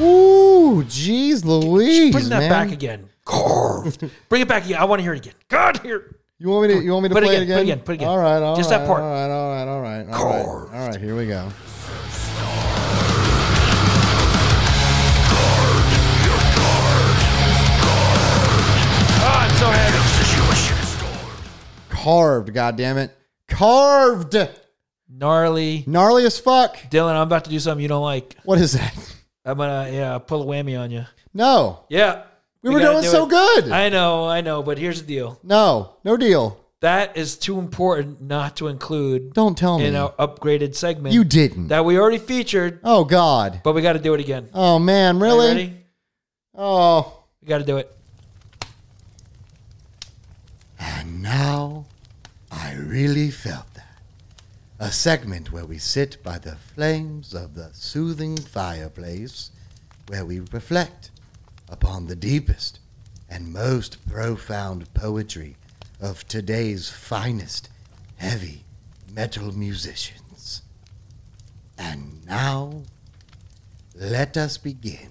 Speaker 1: Ooh, jeez, Louise,
Speaker 2: Bring that
Speaker 1: man.
Speaker 2: back again. Carved. Bring it back again. I want to hear it again. God, here.
Speaker 1: You want me to? You want me to
Speaker 2: Put it
Speaker 1: play
Speaker 2: again,
Speaker 1: it
Speaker 2: put it
Speaker 1: again?
Speaker 2: again, put it again.
Speaker 1: All right, all
Speaker 2: Just that
Speaker 1: right,
Speaker 2: part.
Speaker 1: All right, all right, all right, all right. All right, here we go.
Speaker 2: Oh, I'm so happy.
Speaker 1: Carved, goddammit. Carved.
Speaker 2: Gnarly.
Speaker 1: Gnarly as fuck.
Speaker 2: Dylan, I'm about to do something you don't like.
Speaker 1: What is that?
Speaker 2: I'm gonna yeah pull a whammy on you.
Speaker 1: No.
Speaker 2: Yeah,
Speaker 1: We were
Speaker 2: gotta
Speaker 1: doing
Speaker 2: do
Speaker 1: so
Speaker 2: it.
Speaker 1: good.
Speaker 2: I know, I know, but here's the deal.
Speaker 1: no. No deal.
Speaker 2: That is too important not to include
Speaker 1: Don't tell me.
Speaker 2: in our upgraded segment.
Speaker 1: you didn't.
Speaker 2: that we already featured,
Speaker 1: oh God.
Speaker 2: but we got to do it again.
Speaker 1: Oh man,
Speaker 2: Are you
Speaker 1: really?
Speaker 2: ready?
Speaker 1: Oh.
Speaker 2: We got to do it.
Speaker 1: And now I really felt that. A segment where we sit by the flames of the soothing fireplace, where we reflect upon the deepest and most profound poetry of today's finest heavy metal musicians. And now, let us begin.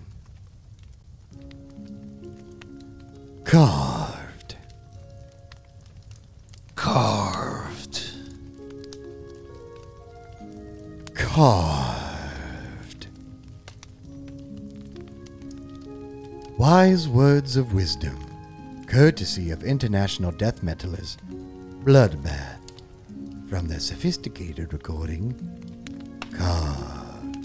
Speaker 1: Carved. Carved. Carved. Wise words of wisdom, courtesy of international death metalers, Bloodbath, from their sophisticated recording, Carved.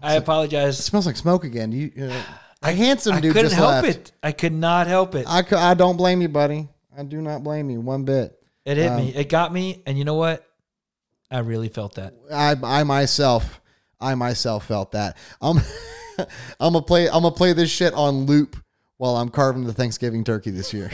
Speaker 2: I apologize.
Speaker 1: smells like smoke again. You, uh, the handsome
Speaker 2: I
Speaker 1: dude
Speaker 2: couldn't
Speaker 1: just
Speaker 2: help
Speaker 1: left.
Speaker 2: it. I could not help it.
Speaker 1: I, cou- I don't blame you, buddy. I do not blame you one bit.
Speaker 2: it hit
Speaker 1: um,
Speaker 2: me. It got me. And you know what? I really felt that.
Speaker 1: I, I myself, I myself felt that. I'm, I'm gonna play. I'm gonna play this shit on loop while I'm carving the Thanksgiving turkey this year.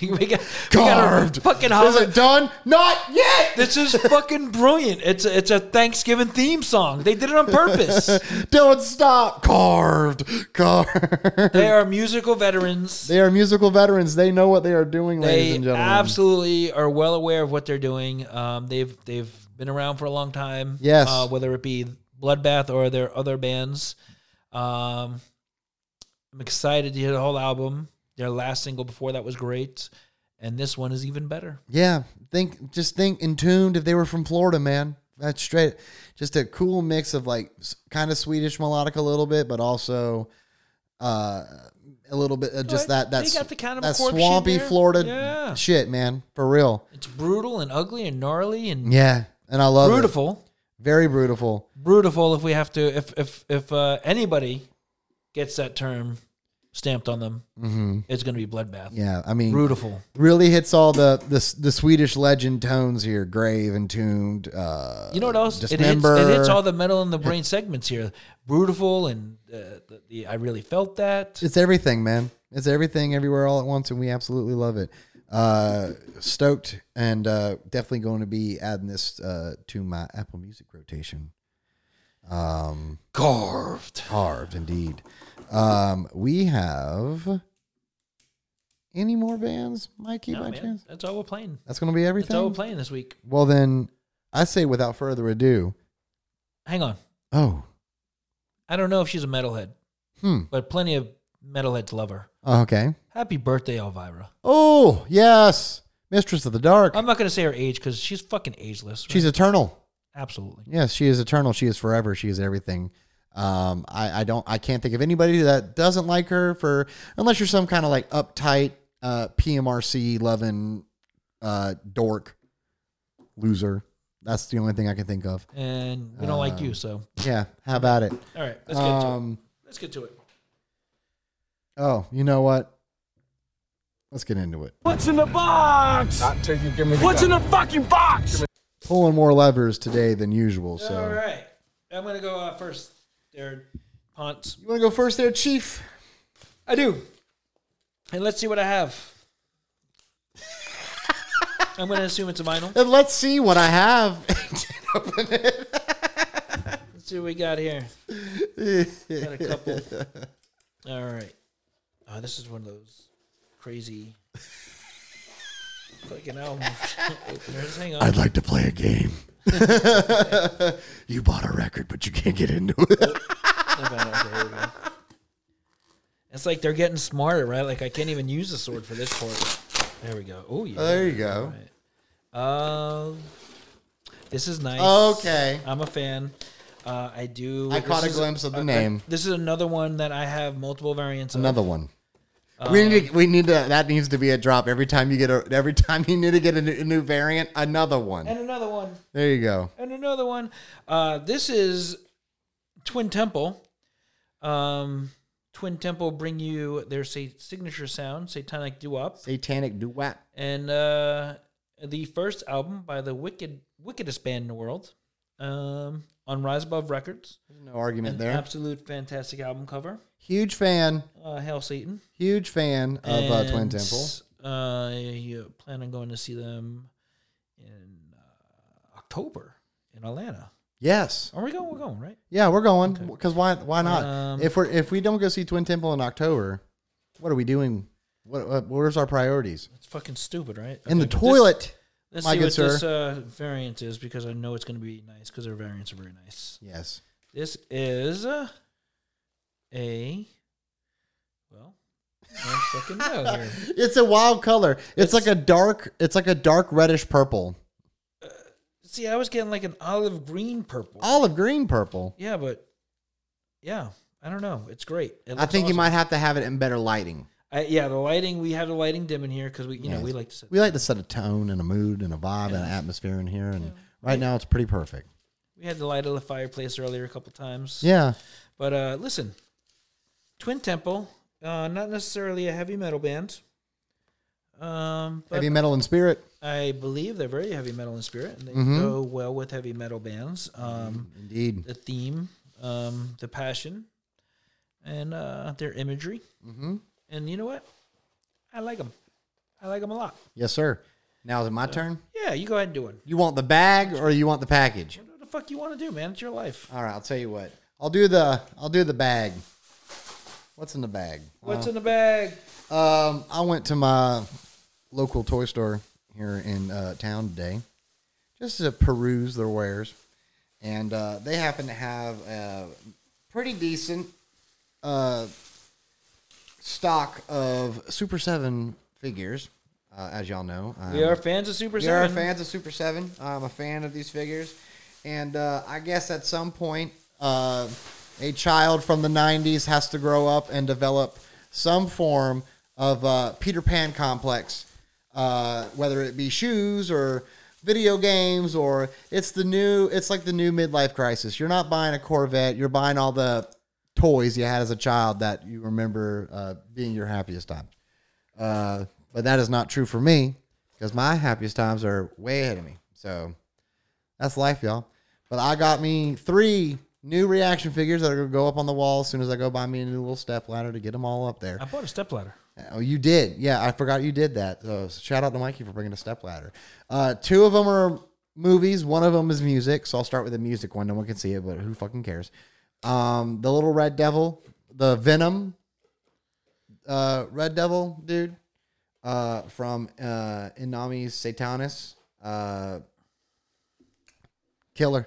Speaker 2: we got, we got a
Speaker 1: Carved. Is
Speaker 2: fucking holiday.
Speaker 1: it done? Not yet.
Speaker 2: This is fucking brilliant. It's a, it's a Thanksgiving theme song. They did it on purpose.
Speaker 1: Don't stop. Carved. Carved.
Speaker 2: They are musical veterans.
Speaker 1: They are musical veterans. They know what they are doing, ladies
Speaker 2: They
Speaker 1: and gentlemen.
Speaker 2: absolutely are well aware of what they're doing. Um, they've they've been around for a long time.
Speaker 1: Yes.
Speaker 2: uh, whether it be Bloodbath or their other bands. Um, I'm excited to hear the whole album. Their last single before that was great, and this one is even better.
Speaker 1: Yeah, think just think in tuned if they were from Florida, man. That's straight. Just a cool mix of like kind of Swedish melodic a little bit, but also uh, a little bit of just
Speaker 2: Right.
Speaker 1: that that,
Speaker 2: They got
Speaker 1: sw-
Speaker 2: the kind of
Speaker 1: that
Speaker 2: McCorp shit
Speaker 1: swampy
Speaker 2: there.
Speaker 1: Florida
Speaker 2: Yeah.
Speaker 1: shit, man, for real.
Speaker 2: It's brutal and ugly and gnarly and
Speaker 1: Yeah, and I love it.
Speaker 2: beautiful.
Speaker 1: Very beautiful.
Speaker 2: Brutiful. If we have to, if if if uh, anybody gets that term stamped on them. Mm-hmm. It's going to be bloodbath.
Speaker 1: Yeah, I mean,
Speaker 2: Beautiful.
Speaker 1: really hits all the, the the Swedish legend tones here: grave and tuned. Uh,
Speaker 2: You know what else? It hits,
Speaker 1: Dismember.
Speaker 2: it hits all the metal in the brain segments here. Brutiful and uh, the, the, I really felt that.
Speaker 1: It's everything, man. It's everything, everywhere, all at once, and we absolutely love it. Uh, stoked and uh, definitely going to be adding this uh, to my Apple Music rotation.
Speaker 2: Carved.
Speaker 1: Carved, indeed. Um, we have any more bands, Mikey?
Speaker 2: No,
Speaker 1: by
Speaker 2: man,
Speaker 1: chance,
Speaker 2: that's all we're playing.
Speaker 1: that's going to be
Speaker 2: That's all we're
Speaker 1: everything.
Speaker 2: playing this week.
Speaker 1: Well, then, I say without further ado.
Speaker 2: Hang on.
Speaker 1: Oh,
Speaker 2: I don't know if she's a metalhead,
Speaker 1: Hmm.
Speaker 2: but plenty of metalheads love her.
Speaker 1: okay.
Speaker 2: Happy birthday, Elvira.
Speaker 1: Oh, yes, Mistress of the Dark.
Speaker 2: I'm not going to say her age because she's fucking ageless. right?
Speaker 1: She's eternal.
Speaker 2: absolutely.
Speaker 1: Yes, she is eternal. She is forever. She is everything. Um, I, I don't I can't think of anybody that doesn't like her for unless you're some kind of like uptight uh, PMRC loving uh, dork loser. That's the only thing I can think of.
Speaker 2: And we don't like you, so
Speaker 1: Yeah, how about it?
Speaker 2: all right. Let's get to it.
Speaker 1: Um,
Speaker 2: Let's get to it.
Speaker 1: oh, you know what? Let's get into it.
Speaker 5: What's in the box? What's in the fucking box?
Speaker 1: Pulling more levers today than usual. So
Speaker 2: All right. I'm going to go uh, first. There, Ponce.
Speaker 1: you want to go first, there, Chief?
Speaker 2: I do. And let's see what I have. I'm going to assume it's a vinyl.
Speaker 1: And let's see what I have.
Speaker 2: Let's see what we got here. got a couple. All right. Oh, this is one of those crazy fucking album openers. Hang on.
Speaker 1: like to play a game. you bought a record, but you can't get into it.
Speaker 2: I found it. Okay, here we go. It's like they're getting smarter, right? Like I can't even use the sword for this part. There we go. Oh yeah.
Speaker 1: There you go.
Speaker 2: Um, this is nice.
Speaker 1: Okay.
Speaker 2: I'm a fan. Uh, I do.
Speaker 1: I
Speaker 2: this
Speaker 1: caught a
Speaker 2: is-
Speaker 1: glimpse of the
Speaker 2: uh, uh,
Speaker 1: name.
Speaker 2: This is another one that I have multiple variants.
Speaker 1: Another one.
Speaker 2: Uh,
Speaker 1: we need to, we need to, that needs to be a drop every time you get a every time you need to get a new, a new variant. Another one.
Speaker 2: of, and another one,
Speaker 1: there you go.
Speaker 2: and another one. Uh, this is Twin Temple. Um, Twin Temple bring you their say signature sound, Satanic Doo Up.
Speaker 1: Satanic doo wop.
Speaker 2: and uh, the first album by the wicked wickedest band in the world um, on Rise Above Records.
Speaker 1: No argument there.
Speaker 2: Absolute fantastic album cover.
Speaker 1: Huge fan.
Speaker 2: Uh, Hail Satan
Speaker 1: Huge fan of uh, Twin
Speaker 2: And,
Speaker 1: Temple.
Speaker 2: Uh, you plan on going to see them in uh, October in Atlanta.
Speaker 1: Yes.
Speaker 2: Are we going? We're going, right?
Speaker 1: Yeah, we're going because why why not?
Speaker 2: Um,
Speaker 1: if we're if we don't go see Twin Temple in October, what are we doing? What, what where's our priorities?
Speaker 2: It's fucking stupid, right?
Speaker 1: In the
Speaker 2: Okay, but
Speaker 1: toilet.
Speaker 2: This, let's
Speaker 1: my
Speaker 2: see
Speaker 1: good
Speaker 2: what
Speaker 1: sir.
Speaker 2: this uh, variant is because I know it's going to be nice because their variants are very nice.
Speaker 1: Yes.
Speaker 2: This is uh, a well, I fucking know here.
Speaker 1: It's a wild color. It's, like a dark. It's like a dark reddish purple,
Speaker 2: See, I was getting like an olive green purple.
Speaker 1: olive green purple.
Speaker 2: Yeah, but yeah, I don't know. It's great. It
Speaker 1: I
Speaker 2: looks
Speaker 1: think you
Speaker 2: awesome.
Speaker 1: might have to have it in better lighting.
Speaker 2: I, yeah, the lighting. We have the lighting dim in here because we, you know,
Speaker 1: Yes.
Speaker 2: we like to. Set.
Speaker 1: We like to set a tone and a mood and a vibe and an atmosphere in here, and right now it's pretty perfect.
Speaker 2: We had the light of the fireplace earlier a couple times.
Speaker 1: Yeah.
Speaker 2: But uh, listen, Twin Temple, uh, not necessarily a heavy metal band. Um, but
Speaker 1: Heavy metal and spirit,
Speaker 2: I believe they're very heavy metal in spirit, and they go well with heavy metal bands. Um,
Speaker 1: indeed.
Speaker 2: the theme, um, the passion, and uh, their imagery. Mm-hmm. And you know what? I like them. I like them a lot.
Speaker 1: Yes, sir. Now is it my turn?
Speaker 2: Yeah, you go ahead and do it.
Speaker 1: You want the bag or you want the package?
Speaker 2: What the fuck you want to do, man? It's your life.
Speaker 1: All right. I'll tell you what. I'll do the. I'll do the bag. What's in the bag?
Speaker 2: What's in the bag?
Speaker 1: Um, I went to my local toy store here in uh, town today, just to peruse their wares, and uh, they happen to have a pretty decent uh, stock of Super Seven figures. Uh, as y'all know, I'm,
Speaker 2: We are fans of Super
Speaker 1: we are
Speaker 2: Seven.
Speaker 1: fans of Super Seven. I'm a fan of these figures, and uh, I guess at some point, uh, a child from the '90s has to grow up and develop some form of uh, Peter Pan complex, uh, whether it be shoes or video games or it's the new. It's like the new midlife crisis. You're not buying a Corvette. You're buying all the toys you had as a child that you remember uh, being your happiest time. Uh, but that is not true for me because my happiest times are way ahead of me. So that's life, y'all. But I got me three new reaction figures that are going to go up on the wall as soon as I go buy me a new little step ladder to get them all up there.
Speaker 2: I bought a stepladder.
Speaker 1: Oh, you did. Yeah, I forgot you did that. So shout out to Mikey for bringing a stepladder. Uh, two of them are movies. One of them is music. So I'll start with the music one. No one can see it, but who fucking cares? Um, the Little Red Devil, the Venom, uh, Red Devil dude uh, from uh, Inami's Satanus. Uh, killer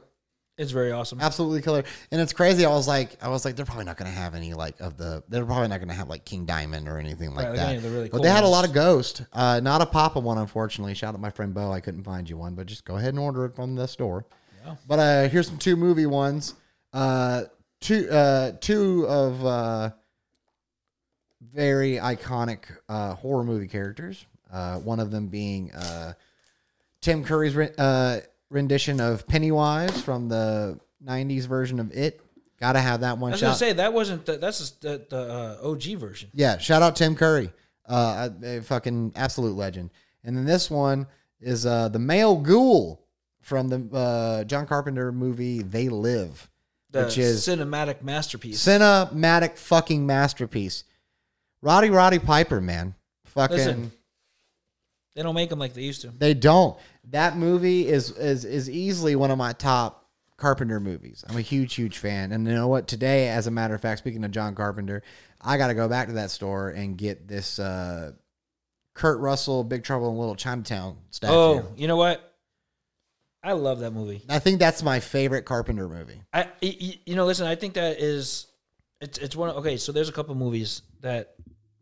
Speaker 2: It's very awesome.
Speaker 1: absolutely killer. And it's crazy. I was like, I was like, they're probably not going to have any like of the. They're probably not going to have like King Diamond or anything like
Speaker 2: Right, like any
Speaker 1: that.
Speaker 2: of the really
Speaker 1: but
Speaker 2: cool
Speaker 1: they had a
Speaker 2: ones.
Speaker 1: lot of Ghost. Uh, not a Papa one, unfortunately. Shout out my friend Bo. I couldn't find you one, but just go ahead and order it from the store. But uh, here's some two movie ones. Uh, two, uh, two of uh, very iconic uh, horror movie characters. Uh, one of them being. Uh, Tim Curry's re- uh, rendition of Pennywise from the '90s version of It. Gotta have that one.
Speaker 2: I was
Speaker 1: Shout-
Speaker 2: gonna say that wasn't the, that's the, the uh, OG version.
Speaker 1: yeah, shout out Tim Curry, uh, a, a fucking absolute legend. And then this one is uh, the male ghoul from the uh, John Carpenter movie They Live,
Speaker 2: The
Speaker 1: which is
Speaker 2: cinematic masterpiece.
Speaker 1: cinematic fucking masterpiece. Roddy Roddy Piper, man, fucking.
Speaker 2: Listen. they don't make them like they used to.
Speaker 1: They don't. That movie is is is easily one of my top Carpenter movies. I'm a huge huge fan. And you know what? Today, as a matter of fact, speaking of John Carpenter, I got to go back to that store and get this uh, Kurt Russell Big Trouble in Little Chinatown statue.
Speaker 2: Oh, you know what? I love that movie.
Speaker 1: I think that's my favorite Carpenter movie.
Speaker 2: I y- y- you know listen, I think that is it's it's one of, okay. So there's a couple movies that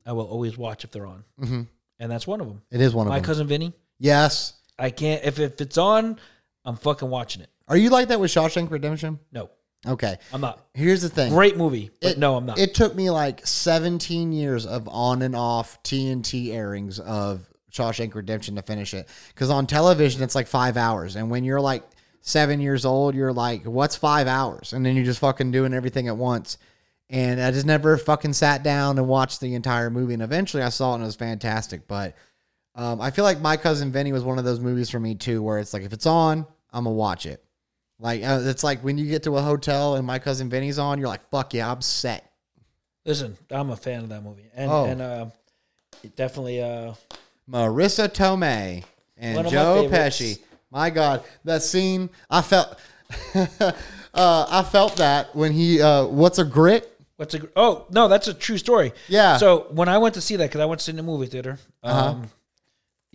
Speaker 2: I will always watch if they're on, mm-hmm. and that's one of them.
Speaker 1: It is one of
Speaker 2: My
Speaker 1: them.
Speaker 2: cousin Vinny.
Speaker 1: yes.
Speaker 2: I can't if if it's on, I'm fucking watching it.
Speaker 1: Are you like that with Shawshank Redemption?
Speaker 2: No,
Speaker 1: Okay.
Speaker 2: I'm not.
Speaker 1: Here's the thing.
Speaker 2: Great movie, but
Speaker 1: It-
Speaker 2: no, I'm not.
Speaker 1: It took me like 17 years of on and off TNT airings of Shawshank Redemption to finish it. Because on television, it's like five hours. And when you're like seven years old, you're like, what's five hours? And then you're just fucking doing everything at once. And I just never fucking sat down and watched the entire movie. And eventually I saw it and it was fantastic. But um, I feel like My Cousin Vinny was one of those movies for me too, where it's like, if it's on, I'm going to watch it. Like uh, it's like when you get to a hotel and my cousin Vinny's on, you're like, "Fuck yeah, I'm set."
Speaker 2: Listen, I'm a fan of that movie, and
Speaker 1: Oh.
Speaker 2: and uh, it definitely uh,
Speaker 1: Marissa Tomei
Speaker 2: One
Speaker 1: and
Speaker 2: of my
Speaker 1: Joe
Speaker 2: favorites.
Speaker 1: Pesci. My God, that scene! I felt, uh, I felt that when he, uh, what's a grit?
Speaker 2: what's a gr- oh no, that's a true story.
Speaker 1: Yeah.
Speaker 2: So when I went to see that, because I went to see it in the movie theater. Um,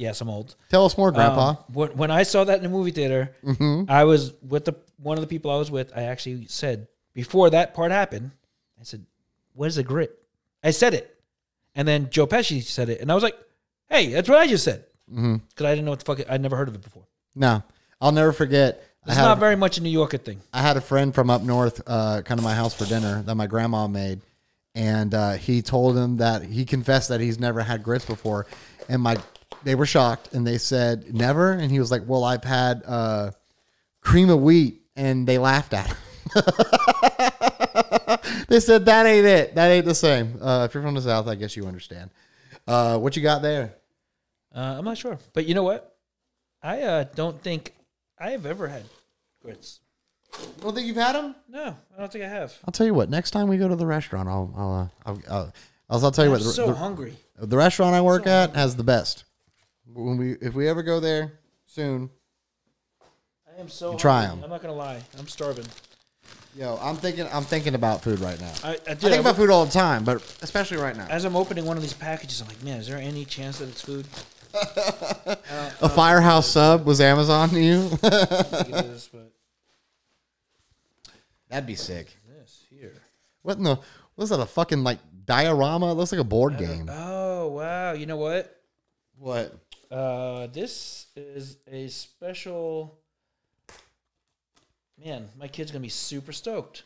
Speaker 2: Yes, I'm old.
Speaker 1: Tell us more, Grandpa. Mm-hmm.
Speaker 2: Um, when, when I saw that in the movie theater, I was with the one of the people I was with. I actually said before that part happened, I said, "What is a grit?" I said it, and then Joe Pesci said it, and I was like, "Hey, that's what I just said," because
Speaker 1: Mm-hmm.
Speaker 2: I didn't know what the fuck. It, I'd never heard of it before.
Speaker 1: no, I'll never forget. I
Speaker 2: It's
Speaker 1: had,
Speaker 2: not
Speaker 1: a-
Speaker 2: very much a New Yorker thing.
Speaker 1: I had a friend from up north, uh, come to my house for dinner that my grandma made, and uh, he told him that he confessed that he's never had grits before, and my they were shocked and they said never, and he was like, "Well, I've had uh, cream of wheat," and they laughed at him. they said that ain't it, that ain't the same. Uh, if you're from the south, I guess you understand. Uh, what you got there?
Speaker 2: Uh, I'm not sure, but you know what? I uh, don't think I have ever had grits.
Speaker 1: Don't think you've had them.
Speaker 2: No, I don't think I have.
Speaker 1: I'll tell you what. Next time we go to the restaurant, I'll I'll uh, I'll, I'll, I'll, I'll tell you
Speaker 2: I'm
Speaker 1: what. the-
Speaker 2: so
Speaker 1: the-
Speaker 2: hungry.
Speaker 1: The restaurant I work at has the best. When we if we ever go there soon,
Speaker 2: I am so.
Speaker 1: try
Speaker 2: hungry.
Speaker 1: 'em.
Speaker 2: I'm not gonna lie. I'm starving.
Speaker 1: yo, I'm thinking I'm thinking about food right now. I,
Speaker 2: I, I, did,
Speaker 1: think
Speaker 2: I
Speaker 1: about food all the time, but especially right now.
Speaker 2: as I'm opening one of these packages, I'm like, man, is there any chance that it's food?
Speaker 1: A firehouse sub was Amazon to you?
Speaker 2: I think it is, but
Speaker 1: That'd be sick.
Speaker 2: this here.
Speaker 1: What in the was that a fucking like diorama? It looks like a board game.
Speaker 2: Oh wow! You know what?
Speaker 1: Uh, What?
Speaker 2: Uh, this is a special. Man, my kid's gonna be super stoked.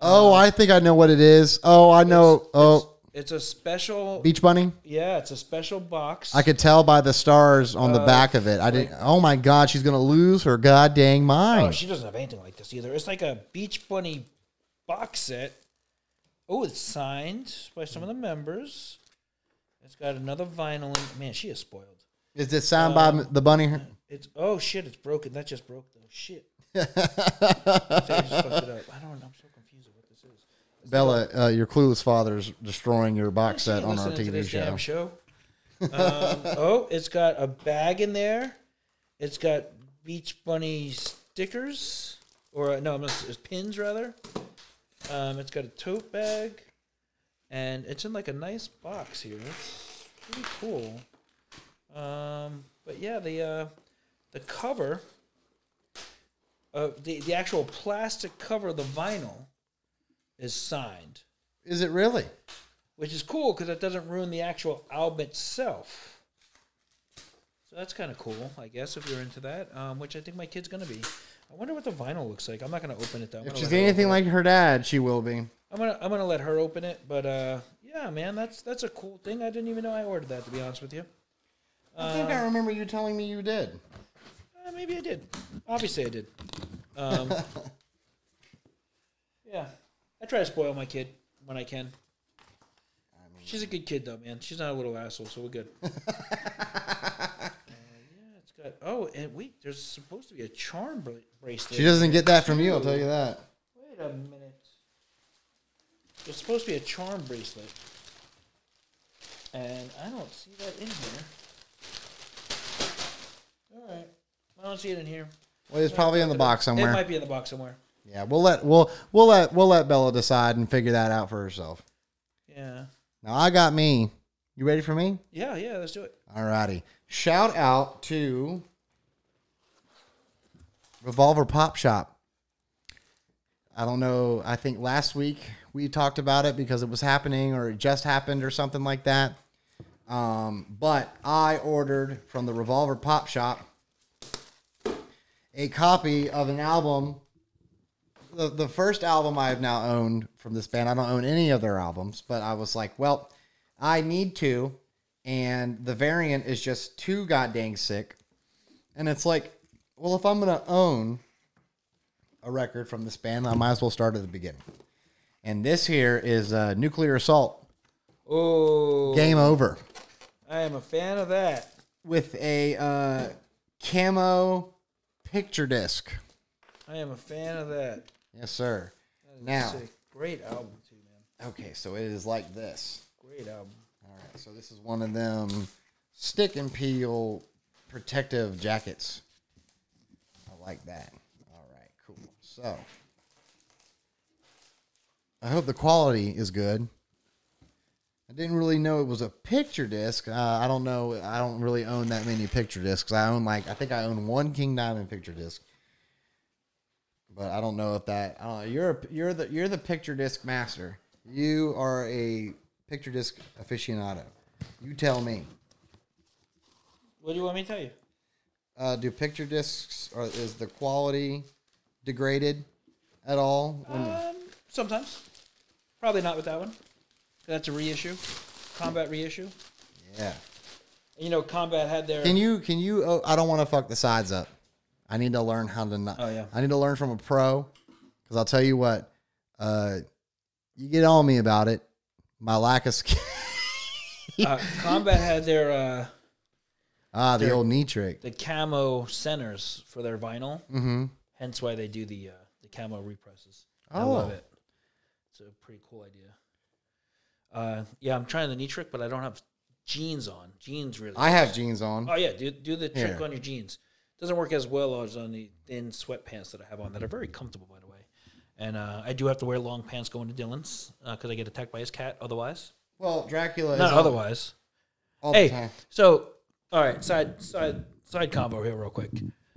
Speaker 1: Oh, I think I know what it is. Oh, I know. oh,
Speaker 2: It's a special.
Speaker 1: Beach Bunny.
Speaker 2: Yeah, it's a special box.
Speaker 1: I could tell by the stars on the back of it. I didn't. Oh my god, she's gonna lose her god dang
Speaker 2: oh,
Speaker 1: mind.
Speaker 2: she doesn't have anything like this either. It's like a Beach Bunny box set Oh, it's signed by some of the members. It's got another vinyl. In, man, she is spoiled.
Speaker 1: Is this signed by the bunny?
Speaker 2: It's oh shit, it's broken. That just broke though. Shit. I just fucked it up. I don't. I'm so confused with what this is.
Speaker 1: Bella, uh, your clueless father's destroying your box
Speaker 2: She
Speaker 1: set
Speaker 2: ain't
Speaker 1: on our
Speaker 2: listening to
Speaker 1: TV
Speaker 2: this damn
Speaker 1: show.
Speaker 2: show. Um, oh, it's got a bag in there. It's got Beach Bunny stickers, or uh, no, I'm not, it's pins rather. Um, it's got a tote bag, and it's in like a nice box here. It's pretty cool. Um, but yeah, the uh, the cover, uh, the the actual plastic cover of the vinyl, is signed
Speaker 1: Is it really?
Speaker 2: which is cool because it doesn't ruin the actual album itself. So that's kind of cool, I guess, if you're into that. Um, which I think my kid's gonna be. I wonder what the vinyl looks like. I'm not gonna open it though. I'm
Speaker 1: If
Speaker 2: gonna
Speaker 1: she's
Speaker 2: let her open
Speaker 1: anything
Speaker 2: it.
Speaker 1: like her dad, she will be.
Speaker 2: I'm gonna I'm gonna let her open it. But uh, yeah, man, that's that's a cool thing. I didn't even know I ordered that to be honest with you.
Speaker 1: I think I remember you telling me you did.
Speaker 2: Uh, maybe I did. Obviously, I did. Um, yeah, I try to spoil my kid when I can. She's a good kid though, man. She's not a little asshole, so we're good. uh, yeah, it's got. Oh, and wait, there's supposed to be a charm bra- bracelet.
Speaker 1: She doesn't get that from you, I'll tell you that.
Speaker 2: Wait a minute. There's supposed to be a charm bracelet, and I don't see that in here. All right, I don't see it in here.
Speaker 1: Well, it's probably in the box
Speaker 2: It
Speaker 1: somewhere.
Speaker 2: might be in the box somewhere.
Speaker 1: Yeah, we'll let we'll we'll let we'll let Bella decide and figure that out for herself.
Speaker 2: Yeah.
Speaker 1: Now I got me. You ready for me?
Speaker 2: Yeah, yeah, let's do it.
Speaker 1: Alrighty. Shout out to Revolver Pop Shop. I don't know. I think last week we talked about it because it was happening or it just happened or something like that. Um, but I ordered from the Revolver Pop Shop a copy of an album. The, the first album I have now owned from this band. I don't own any of their albums, but I was like, well, I need to. And the variant is just too goddamn sick. And it's like, well, if I'm going to own a record from this band, I might as well start at the beginning. And this here is uh, Nuclear Assault
Speaker 2: Oh,
Speaker 1: Game Over
Speaker 2: I am a fan of that.
Speaker 1: with a uh, camo picture disc.
Speaker 2: I am a fan of that.
Speaker 1: Yes, sir. Now,
Speaker 2: It's a great album too, man.
Speaker 1: okay, so it is like this.
Speaker 2: Great album.
Speaker 1: All right, so this is one of them stick and peel protective jackets. I like that. All right, cool. So I hope the quality is good. I didn't really know it was a picture disc. Uh, I don't know. I don't really own that many picture discs. I own like I think I own one King Diamond picture disc, but I don't know if that. I don't know. You're a, you're the you're the picture disc master. You are a picture disc aficionado. You tell me.
Speaker 2: What do you want me to tell you?
Speaker 1: Uh, do picture discs or is the quality degraded at all? When-
Speaker 2: Um, sometimes. Probably not with that one. That's a reissue. Combat reissue. And,
Speaker 1: yeah.
Speaker 2: you know, Combat had their.
Speaker 1: Can you can you? Oh, I don't want to fuck the sides up. I need to learn how to not.
Speaker 2: Oh, yeah.
Speaker 1: I need to learn from a pro, because I'll tell you what, uh, you get on me about it. My lack of skill.
Speaker 2: uh, Combat had their uh,
Speaker 1: ah, the old knee trick.
Speaker 2: the camo centers for their vinyl. Mm-hmm. Hence why they do the uh, the camo represses. I love
Speaker 1: Oh.
Speaker 2: it. It's a pretty cool idea. Uh, yeah, I'm trying the knee trick, but I don't have jeans on. Jeans really.
Speaker 1: I have jeans on.
Speaker 2: oh yeah, do do the trick
Speaker 1: Here.
Speaker 2: on your jeans. Doesn't work as well as on the thin sweatpants that I have on that are very comfortable, by the way. And uh, I do have to wear long pants going to Dylan's because I get attacked by his cat. Otherwise,
Speaker 1: Well, Dracula. Is
Speaker 2: not
Speaker 1: on
Speaker 2: otherwise.
Speaker 1: All the
Speaker 2: Hey,
Speaker 1: time.
Speaker 2: so all right, side side side combo here, real quick.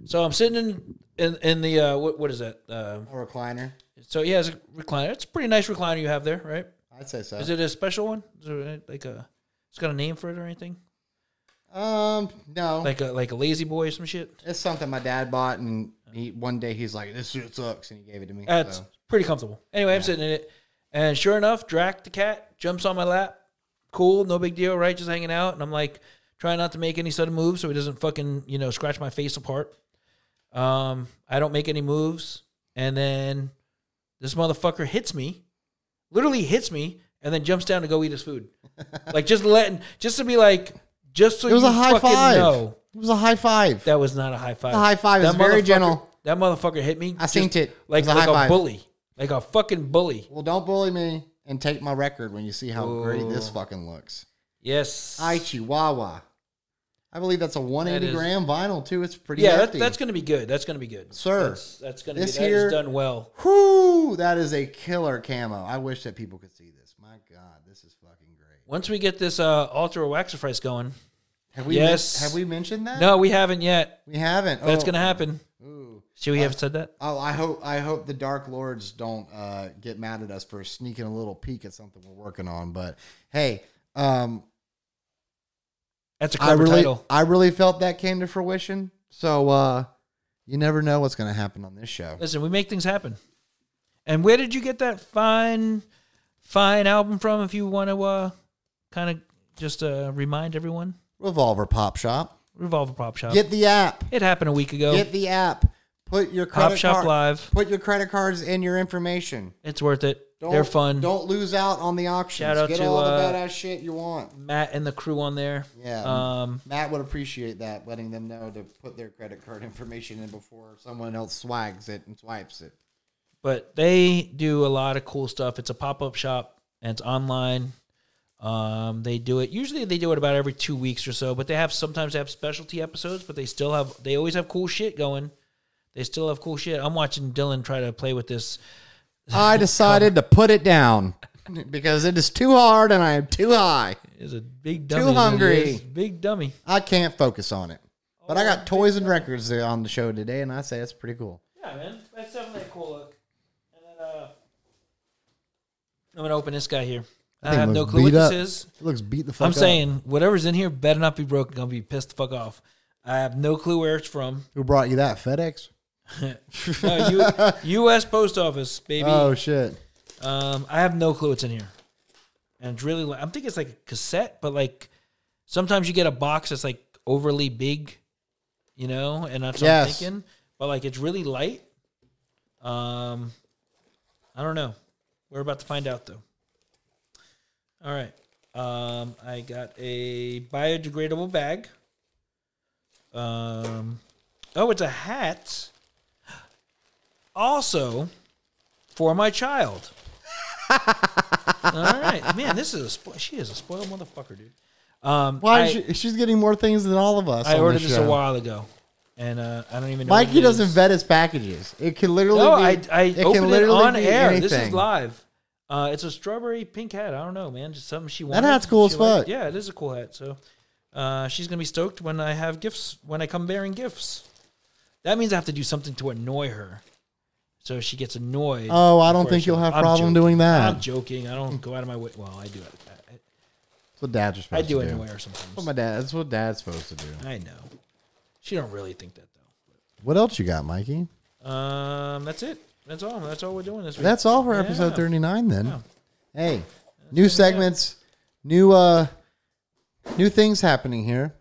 Speaker 2: So I'm sitting in in, in the uh, what what is that? Uh,
Speaker 1: A recliner.
Speaker 2: so yeah, it's a recliner. It's a pretty nice recliner you have there, right?
Speaker 1: I'd say so.
Speaker 2: Is it a special one? Is it like a? It's got a name for it or anything?
Speaker 1: um, no.
Speaker 2: Like a like a lazy boy or some shit.
Speaker 1: It's something my dad bought, and he one day he's like, "This shit sucks," and he gave it to me.
Speaker 2: That's
Speaker 1: so.
Speaker 2: pretty comfortable. Anyway, I'm sitting in it, and sure enough, Drac the cat jumps on my lap. Cool, no big deal, right? Just hanging out, and I'm like trying not to make any sudden moves so he doesn't fucking you know scratch my face apart. Um, I don't make any moves, and then this motherfucker hits me literally hits me and then jumps down to go eat his food. like just letting, just to be like, just so
Speaker 1: It was
Speaker 2: you
Speaker 1: a high
Speaker 2: fucking
Speaker 1: five.
Speaker 2: know.
Speaker 1: It was a high five.
Speaker 2: That was not a high five.
Speaker 1: The high five is very
Speaker 2: motherfucker-
Speaker 1: gentle.
Speaker 2: That motherfucker hit me.
Speaker 1: I synced it. It
Speaker 2: Like,
Speaker 1: was a
Speaker 2: like
Speaker 1: high
Speaker 2: a
Speaker 1: five.
Speaker 2: bully. Like a fucking bully.
Speaker 1: Well, don't bully me and take my record when you see how great this fucking looks.
Speaker 2: Yes.
Speaker 1: I Chihuahua. I believe that's a 180
Speaker 2: That is-
Speaker 1: gram vinyl too. It's pretty.
Speaker 2: yeah, that,
Speaker 1: hefty.
Speaker 2: that's going to be good. That's going to be good.
Speaker 1: Sir,
Speaker 2: That's, that's going to be
Speaker 1: this
Speaker 2: that is
Speaker 1: here-
Speaker 2: done well.
Speaker 1: Whoo, that is a killer camo. I wish that people could see this. My God, this is fucking great.
Speaker 2: Once we get this uh, altar waxifrice going.
Speaker 1: Have we?
Speaker 2: Yes.
Speaker 1: men- have we mentioned that?
Speaker 2: No, we haven't yet.
Speaker 1: we haven't.
Speaker 2: That's
Speaker 1: oh,
Speaker 2: going to happen.
Speaker 1: Ooh.
Speaker 2: Should we have said that?
Speaker 1: Oh, I hope I hope the Dark Lords don't uh, get mad at us for sneaking a little peek at something we're working on. But hey, um,
Speaker 2: That's a
Speaker 1: I
Speaker 2: clever
Speaker 1: really
Speaker 2: title.
Speaker 1: I really felt that came to fruition. So uh, you never know what's going to happen on this show.
Speaker 2: Listen, we make things happen. And where did you get that fine, fine album from? If you want to uh, kind of just uh, remind everyone,
Speaker 1: Revolver Pop Shop.
Speaker 2: Revolver Prop Shop.
Speaker 1: Get the app.
Speaker 2: it happened a week ago.
Speaker 1: Get the app. Put your credit
Speaker 2: Pop Shop
Speaker 1: card-
Speaker 2: Live.
Speaker 1: Put your credit cards and your information.
Speaker 2: It's worth it. They're fun.
Speaker 1: Don't lose out on the auctions.
Speaker 2: Shout out
Speaker 1: Get
Speaker 2: to,
Speaker 1: all
Speaker 2: uh,
Speaker 1: the badass shit you want.
Speaker 2: Matt and the crew on there.
Speaker 1: Yeah.
Speaker 2: Um,
Speaker 1: Matt would appreciate that, letting them know to put their credit card information in before someone else swags it and swipes it.
Speaker 2: but they do a lot of cool stuff. It's a pop up shop and it's online. Um, they do it usually they do it about every two weeks or so, but they have sometimes they have specialty episodes, but they still have they always have cool shit going. They still have cool shit. I'm watching Dylan try to play with this.
Speaker 1: I decided to put it down because it is too hard and I am too high.
Speaker 2: Is a big dummy.
Speaker 1: hungry.
Speaker 2: Is- Big dummy.
Speaker 1: I can't focus on it. But I got toys and records Oh, there on the show today, and I say it's pretty cool.
Speaker 2: Yeah, man, that's definitely a cool look. And then uh, I'm gonna open this guy here. I, have
Speaker 1: Thing
Speaker 2: no
Speaker 1: looks
Speaker 2: clue what
Speaker 1: beat
Speaker 2: this
Speaker 1: up.
Speaker 2: is.
Speaker 1: It looks beat the fuck
Speaker 2: I'm
Speaker 1: up.
Speaker 2: saying whatever's in here better not be broken. I'll be pissed the fuck off. I have no clue where it's from.
Speaker 1: Who brought you that? FedEx?
Speaker 2: No, U- U.S. Post Office, baby.
Speaker 1: Oh, shit.
Speaker 2: Um, I have no clue what's in here, and it's really. Like, I'm thinking it's like a cassette, but like sometimes you get a box that's like overly big, you know, and that's what
Speaker 1: Yes.
Speaker 2: I'm thinking. But like it's really light. Um, I don't know. We're about to find out though. All right. Um, I got a biodegradable bag. Um, oh, it's a hat. Also, for my child. All right, man. This is a spo- she is a spoiled motherfucker, dude. Um,
Speaker 1: Why?
Speaker 2: I,
Speaker 1: is she, she's getting more things than all of us.
Speaker 2: I
Speaker 1: on
Speaker 2: ordered
Speaker 1: the
Speaker 2: this
Speaker 1: show.
Speaker 2: a while ago, and uh, I don't even know. what
Speaker 1: Mikey
Speaker 2: it
Speaker 1: doesn't
Speaker 2: is.
Speaker 1: vet his packages. It can literally.
Speaker 2: No,
Speaker 1: be,
Speaker 2: I I
Speaker 1: it
Speaker 2: opened it on
Speaker 1: be
Speaker 2: air. This is
Speaker 1: anything.
Speaker 2: live. Uh, it's a strawberry pink hat. I don't know, man. Just something she wanted.
Speaker 1: hat's cool
Speaker 2: She
Speaker 1: as
Speaker 2: liked-
Speaker 1: fuck.
Speaker 2: Yeah, it is a cool hat. So uh, she's gonna be stoked when I have gifts. When I come bearing gifts, that means I have to do something to annoy her, so she gets annoyed.
Speaker 1: Oh, I don't
Speaker 2: before
Speaker 1: think
Speaker 2: she-
Speaker 1: you'll have
Speaker 2: I'm
Speaker 1: problem
Speaker 2: joking.
Speaker 1: doing that.
Speaker 2: I'm joking. I don't go out of my way. Well, I do. I-
Speaker 1: That's what dad's
Speaker 2: I, I
Speaker 1: supposed
Speaker 2: do
Speaker 1: to
Speaker 2: annoy
Speaker 1: do.
Speaker 2: her sometimes.
Speaker 1: That's what my dad. That's what dad's supposed to do.
Speaker 2: I know. She don't really think that though.
Speaker 1: What else you got, Mikey?
Speaker 2: Um, that's it. That's all. That's all we're doing this week.
Speaker 1: That's all for
Speaker 2: Yeah.
Speaker 1: episode thirty nine. Then,
Speaker 2: Yeah.
Speaker 1: hey, new segments, new uh, new things happening here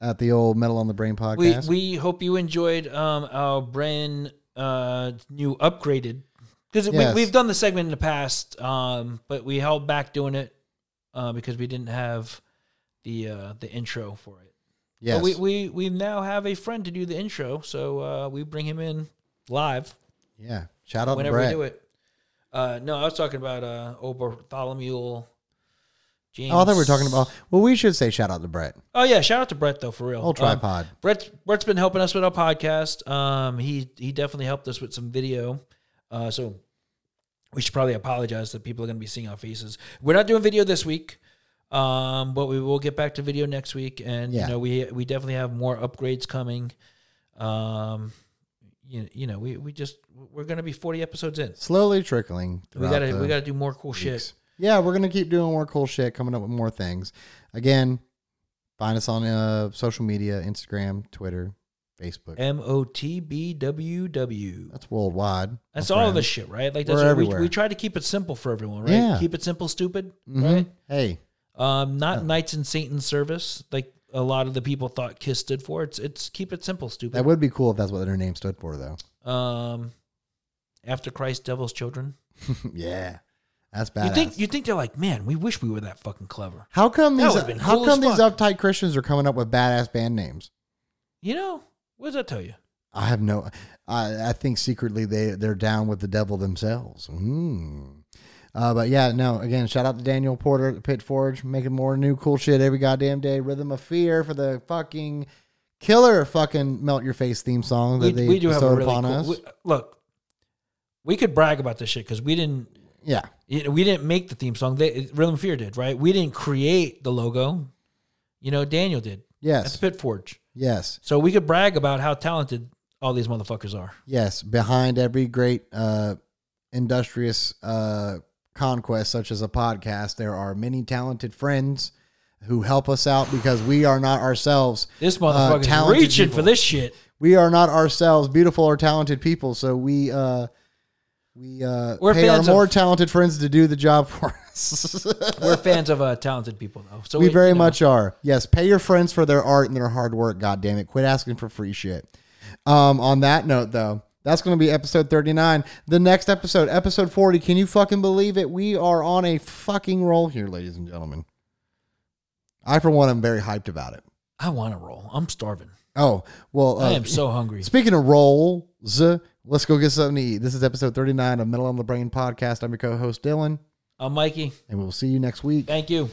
Speaker 1: at the old Metal on the Brain
Speaker 2: We
Speaker 1: podcast.
Speaker 2: we hope you enjoyed um our brand uh new upgraded because
Speaker 1: Yes.
Speaker 2: we, we've done the segment in the past um but we held back doing it uh because we didn't have the uh the intro for it.
Speaker 1: yes,
Speaker 2: But we, we we now have a friend to do the intro, so uh we bring him in live.
Speaker 1: yeah. Shout out to
Speaker 2: whenever
Speaker 1: Brett.
Speaker 2: we do it. Uh, no, I was talking about uh, old Bartholomew James.
Speaker 1: Oh, I thought we were talking about. Well, we should say shout out to Brett.
Speaker 2: Oh yeah, shout out to Brett though for real.
Speaker 1: Old
Speaker 2: Um,
Speaker 1: tripod.
Speaker 2: Brett Brett's been helping us with our podcast. Um, he he definitely helped us with some video. Uh, so we should probably apologize that people are going to be seeing our faces. We're not doing video this week. Um, but we will get back to video next week, and
Speaker 1: Yeah.
Speaker 2: you know we we definitely have more upgrades coming. Um, you, you know we we just we're going to be forty episodes in.
Speaker 1: Slowly trickling.
Speaker 2: We
Speaker 1: throughout
Speaker 2: gotta
Speaker 1: the-
Speaker 2: we gotta do more cool shit.
Speaker 1: Yeah, we're gonna keep doing more cool shit, coming up with more things. Again, find us on uh, social media: Instagram, Twitter, Facebook.
Speaker 2: M O T B W W.
Speaker 1: That's worldwide. my
Speaker 2: That's all of
Speaker 1: friend.
Speaker 2: this shit, right? Like that's
Speaker 1: We're
Speaker 2: what we,
Speaker 1: everywhere.
Speaker 2: we try to keep it simple for everyone, right?
Speaker 1: Yeah.
Speaker 2: Keep it simple, stupid,
Speaker 1: Mhm.
Speaker 2: right?
Speaker 1: Hey,
Speaker 2: Um, not knights in Satan's service, like a lot of the people thought KISS stood for. It's it's keep it simple,
Speaker 1: that
Speaker 2: stupid.
Speaker 1: would be cool if that's what their name stood for, though.
Speaker 2: um, after Christ, devil's children.
Speaker 1: yeah, That's
Speaker 2: You
Speaker 1: badass.
Speaker 2: think you think they're like, man, we wish we were that fucking clever.
Speaker 1: how come
Speaker 2: That
Speaker 1: these
Speaker 2: would've been
Speaker 1: how
Speaker 2: cool
Speaker 1: come
Speaker 2: as
Speaker 1: these uptight Christians are coming up with badass band names?
Speaker 2: You know, what does that tell you?
Speaker 1: I have no. I, I think secretly they they're down with the devil themselves. Mm. Uh, but yeah, no. Again, shout out to Daniel Porter at the Pit Forge, making more new cool shit every goddamn day. Rhythm of Fear for the fucking killer fucking melt your face theme song that
Speaker 2: We,
Speaker 1: they
Speaker 2: we do have a
Speaker 1: bestowed
Speaker 2: really
Speaker 1: upon
Speaker 2: cool.
Speaker 1: us.
Speaker 2: we- look, we could brag about this shit because we didn't
Speaker 1: yeah,
Speaker 2: you know, we didn't make the theme song. They, Rhythm of Fear did, right? We didn't create the logo. You know, Daniel did at the
Speaker 1: yes,
Speaker 2: Pit Forge.
Speaker 1: yes,
Speaker 2: So we could brag about how talented all these motherfuckers are.
Speaker 1: yes. Behind every great uh, industrious uh, conquest, such as a podcast, there are many talented friends who help us out because we are not ourselves. uh,
Speaker 2: This motherfucker's
Speaker 1: talented
Speaker 2: reaching
Speaker 1: people.
Speaker 2: for this shit.
Speaker 1: we are not ourselves beautiful or talented people, so we uh we uh
Speaker 2: We're
Speaker 1: pay our
Speaker 2: fans of-
Speaker 1: more talented friends to do the job for us.
Speaker 2: We're fans of uh, talented people, though. So
Speaker 1: we very
Speaker 2: you know,
Speaker 1: much are. Yes, pay your friends for their art and their hard work, god damn it. Quit asking for free shit. Um on that note though, that's going to be episode 39. The next episode, episode 40, can you fucking believe it? We are on a fucking roll here, ladies and gentlemen. I for one am very hyped about it.
Speaker 2: I want to roll. I'm starving.
Speaker 1: Oh, well
Speaker 2: I
Speaker 1: uh,
Speaker 2: am so hungry.
Speaker 1: Speaking of rolls, let's go get something to eat. This is episode 39 of Metal on the Brain podcast. I'm your co host, Dylan,
Speaker 2: I'm Uh, Mikey.
Speaker 1: and we'll see you next week.
Speaker 2: Thank you.